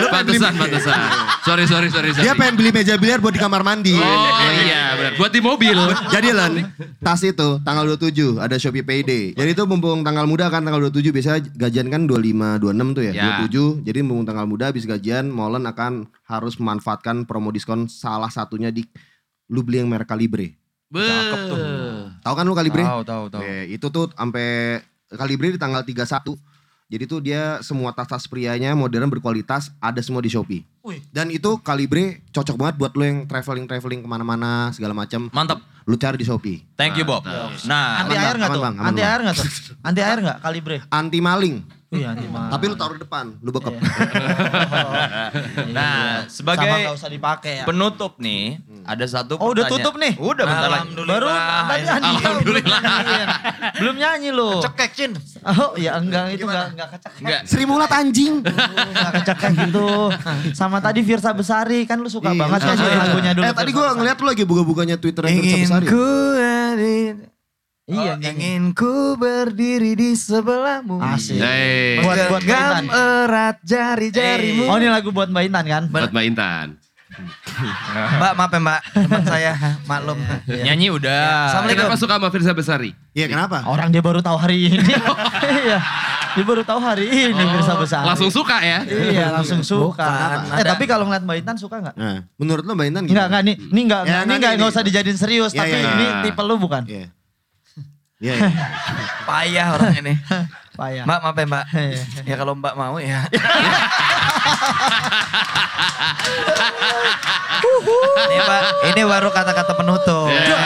Speaker 2: Pantesan, pantesan. Sorry, sorry, sorry. sorry.
Speaker 3: Dia pengen beli meja biliar buat di kamar mandi.
Speaker 2: Oh iya, benar. Buat di mobil.
Speaker 3: Jadi Len, tas itu tanggal 27 ada Shopee Payday. Jadi itu mumpung tanggal muda kan tanggal 27 biasanya gajian kan 25 26 tuh ya,
Speaker 2: Ya.
Speaker 3: 27. Jadi mumpung tanggal muda habis gajian Molen akan harus memanfaatkan promo diskon salah satunya di lu beli yang merek Calibre.
Speaker 2: Cakep tuh.
Speaker 3: Tahu kan lu Calibre?
Speaker 6: tahu tahu tahu
Speaker 3: Eh, itu tuh sampai Calibre di tanggal 31. Jadi tuh dia semua tas-tas prianya modern berkualitas ada semua di Shopee. Dan itu Calibre cocok banget buat lu yang traveling traveling kemana-mana segala macam.
Speaker 6: mantap
Speaker 3: Lu cari di Shopee.
Speaker 6: thank you Bob nah
Speaker 4: Anti air nggak
Speaker 3: Aman,
Speaker 4: tuh?
Speaker 3: Bang, aman,
Speaker 4: Anti
Speaker 3: Bang.
Speaker 4: air nggak tuh? Anti air nggak? Kalibre.
Speaker 3: Anti maling.
Speaker 4: Iya, anti mah.
Speaker 3: Tapi lu taruh di depan, lu bekep.
Speaker 4: Iya.
Speaker 3: (laughs)
Speaker 6: nah
Speaker 4: Sama
Speaker 6: sebagai
Speaker 4: nggak usah dipakai ya.
Speaker 6: penutup nih ada satu
Speaker 4: Oh, udah
Speaker 6: pertanyaan.
Speaker 4: tutup nih?
Speaker 6: udah bentar lagi
Speaker 4: Baru tadi Iya. Andi
Speaker 2: Alhamdulillah.
Speaker 4: belum nyanyi lo.
Speaker 5: Cekek Cin.
Speaker 4: Oh ya enggak itu enggak enggak kecekek.
Speaker 6: Enggak.
Speaker 3: Sri Mulat
Speaker 4: (laughs)
Speaker 3: anjing.
Speaker 4: Enggak kecekek gitu. Sama tadi Firsa Besari kan lu suka
Speaker 3: Iya,
Speaker 4: banget
Speaker 3: iya. (laughs)
Speaker 4: kan nyanyi lagunya dulu.
Speaker 3: Eh tadi
Speaker 4: Firsa
Speaker 3: gua
Speaker 4: Besari.
Speaker 3: ngeliat lu lagi buka-bukanya Twitter yang
Speaker 5: Ingin
Speaker 3: terbesar
Speaker 5: ku hadir-
Speaker 4: Iya,
Speaker 5: Oh,
Speaker 4: nyanyi.
Speaker 5: ingin ku berdiri di sebelahmu. Iya,
Speaker 4: Asik.
Speaker 2: Hey.
Speaker 4: Iya. Buat buat Mbak
Speaker 5: Genggam
Speaker 4: Intan.
Speaker 5: erat jari-jarimu.
Speaker 4: Oh ini lagu buat Mbak Intan kan?
Speaker 2: Buat Mbak Intan.
Speaker 5: Mbak, maaf ya mbak. Teman saya (laughs) maklum.
Speaker 4: Iya,
Speaker 5: Iya.
Speaker 6: nyanyi udah
Speaker 5: Assalamualaikum.
Speaker 2: Kenapa suka sama Firza Besari?
Speaker 3: Iya kenapa?
Speaker 4: Orang dia baru tahu hari
Speaker 5: (laughs)
Speaker 4: ini. (laughs) Iya. dia baru tahu hari ini Firsa Besari.
Speaker 2: Langsung suka ya?
Speaker 4: Ah. Iya langsung suka.
Speaker 5: Oh, Bukan,
Speaker 4: Eh
Speaker 5: ada- Iya.
Speaker 4: tapi kalau ngeliat Mbak Intan suka nggak?
Speaker 3: Nah, menurut lu Mbak Intan
Speaker 4: Enggak, enggak nih. Ini enggak,
Speaker 3: Ya, nanti
Speaker 4: ini enggak, enggak
Speaker 3: nih.
Speaker 4: usah dijadiin
Speaker 5: Iya,
Speaker 4: serius.
Speaker 3: Ya,
Speaker 4: tapi
Speaker 3: ya, ya.
Speaker 4: ini tipe lu bukan?
Speaker 3: Iya. Iya.
Speaker 4: (laughs)
Speaker 3: iya.
Speaker 5: Payah (laughs) orang ini.
Speaker 4: Payah.
Speaker 5: Mbak, maaf ya mbak.
Speaker 4: Iya.
Speaker 5: Ya kalau mbak mau ya. Ini Pak, ini baru kata-kata penutup.
Speaker 2: Iya.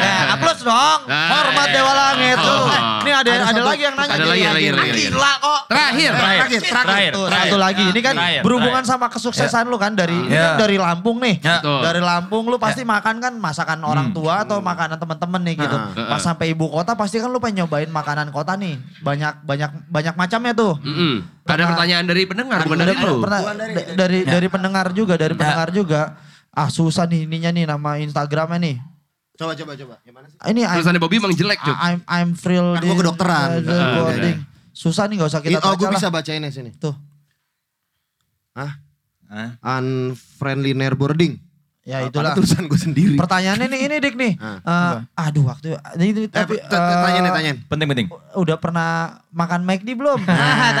Speaker 4: Ya, upload dong. Hormat Dewa Langit tuh. Ini ada ada,
Speaker 3: satu-
Speaker 4: lagi yang nanya.
Speaker 2: Nah, Oh. Ada lagi, ada lagi, ada lagi.
Speaker 4: Gila kok.
Speaker 2: Terakhir.
Speaker 3: Terakhir, terakhir.
Speaker 4: Tuh, satu lagi. Ini kan
Speaker 6: Terakhir,
Speaker 4: berhubungan sama kesuksesan lu kan dari ini kan
Speaker 6: Ya.
Speaker 4: dari Lampung nih.
Speaker 6: Ya.
Speaker 2: Betul.
Speaker 4: Dari Lampung lu pasti makan kan masakan orang tua atau makanan temen-temen nih gitu.
Speaker 2: Heeh.
Speaker 4: Pas sampai ibu kota pasti kan lu pengen nyobain makanan kota nih. Banyak banyak banyak macamnya tuh.
Speaker 2: Mm-mm. Ada
Speaker 4: Pernah-
Speaker 2: pertanyaan dari pendengar bukan
Speaker 4: Ada
Speaker 2: dari lu. Ya.
Speaker 4: pernah- dari dari, dari pendengar juga, dari pendengar juga. Ah susah nih ininya nih nama Instagramnya nih. Ah,
Speaker 3: Coba, coba, coba. Gimana sih?
Speaker 4: Ini I'm,
Speaker 2: Tulisannya Bobby emang jelek, Cuk.
Speaker 4: Ah, I'm, I'm thrilled.
Speaker 3: Kan gua kedokteran.
Speaker 4: in- uh,
Speaker 2: Ah,
Speaker 4: boarding. Susah nih gak usah kita
Speaker 3: oh, gue
Speaker 4: baca
Speaker 3: bisa
Speaker 4: lah.
Speaker 3: bacain ya sini.
Speaker 4: Tuh.
Speaker 3: Hah?
Speaker 6: Hah?
Speaker 3: Unfriendly Nair Boarding.
Speaker 4: Ya
Speaker 3: Padahal
Speaker 4: itulah.
Speaker 3: tulisan gue sendiri.
Speaker 4: Pertanyaannya nih ini Dik nih.
Speaker 3: Ah,
Speaker 4: Eh, aduh waktu ini, ini,
Speaker 3: Eh,
Speaker 4: tapi
Speaker 3: t- t- tanyain,
Speaker 4: eh,
Speaker 3: ya, tanyain.
Speaker 6: Penting penting.
Speaker 4: udah pernah makan McD belum?
Speaker 3: Ah.
Speaker 4: Nah,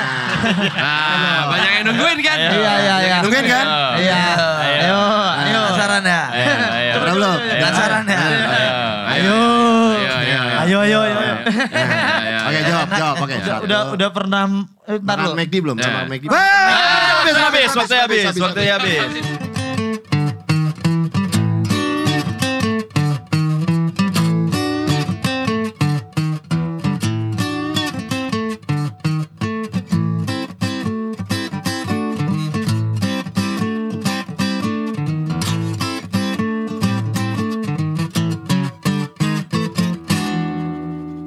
Speaker 2: Nah, banyak yang nungguin kan?
Speaker 4: (laughs) Iya iya iya.
Speaker 3: Nungguin kan?
Speaker 4: Iya. Ayo, ayo.
Speaker 5: Penasaran
Speaker 2: 예,
Speaker 4: 아, 예.
Speaker 5: ya?
Speaker 6: Ayo.
Speaker 3: Coba
Speaker 4: Iya,
Speaker 3: belum?
Speaker 5: Penasaran ya?
Speaker 2: Ayo. Ayo.
Speaker 4: Ayo ayo ayo.
Speaker 2: 예,
Speaker 3: Oke, jawab, jawab. Oke,
Speaker 4: Udah udah, udah pernah eh, ntar
Speaker 3: Makan
Speaker 4: lu.
Speaker 3: McD belum? Sama
Speaker 2: Eh.
Speaker 3: McD.
Speaker 6: Ah,
Speaker 2: 네,
Speaker 6: Habis, habis, waktunya habis, waktunya habis.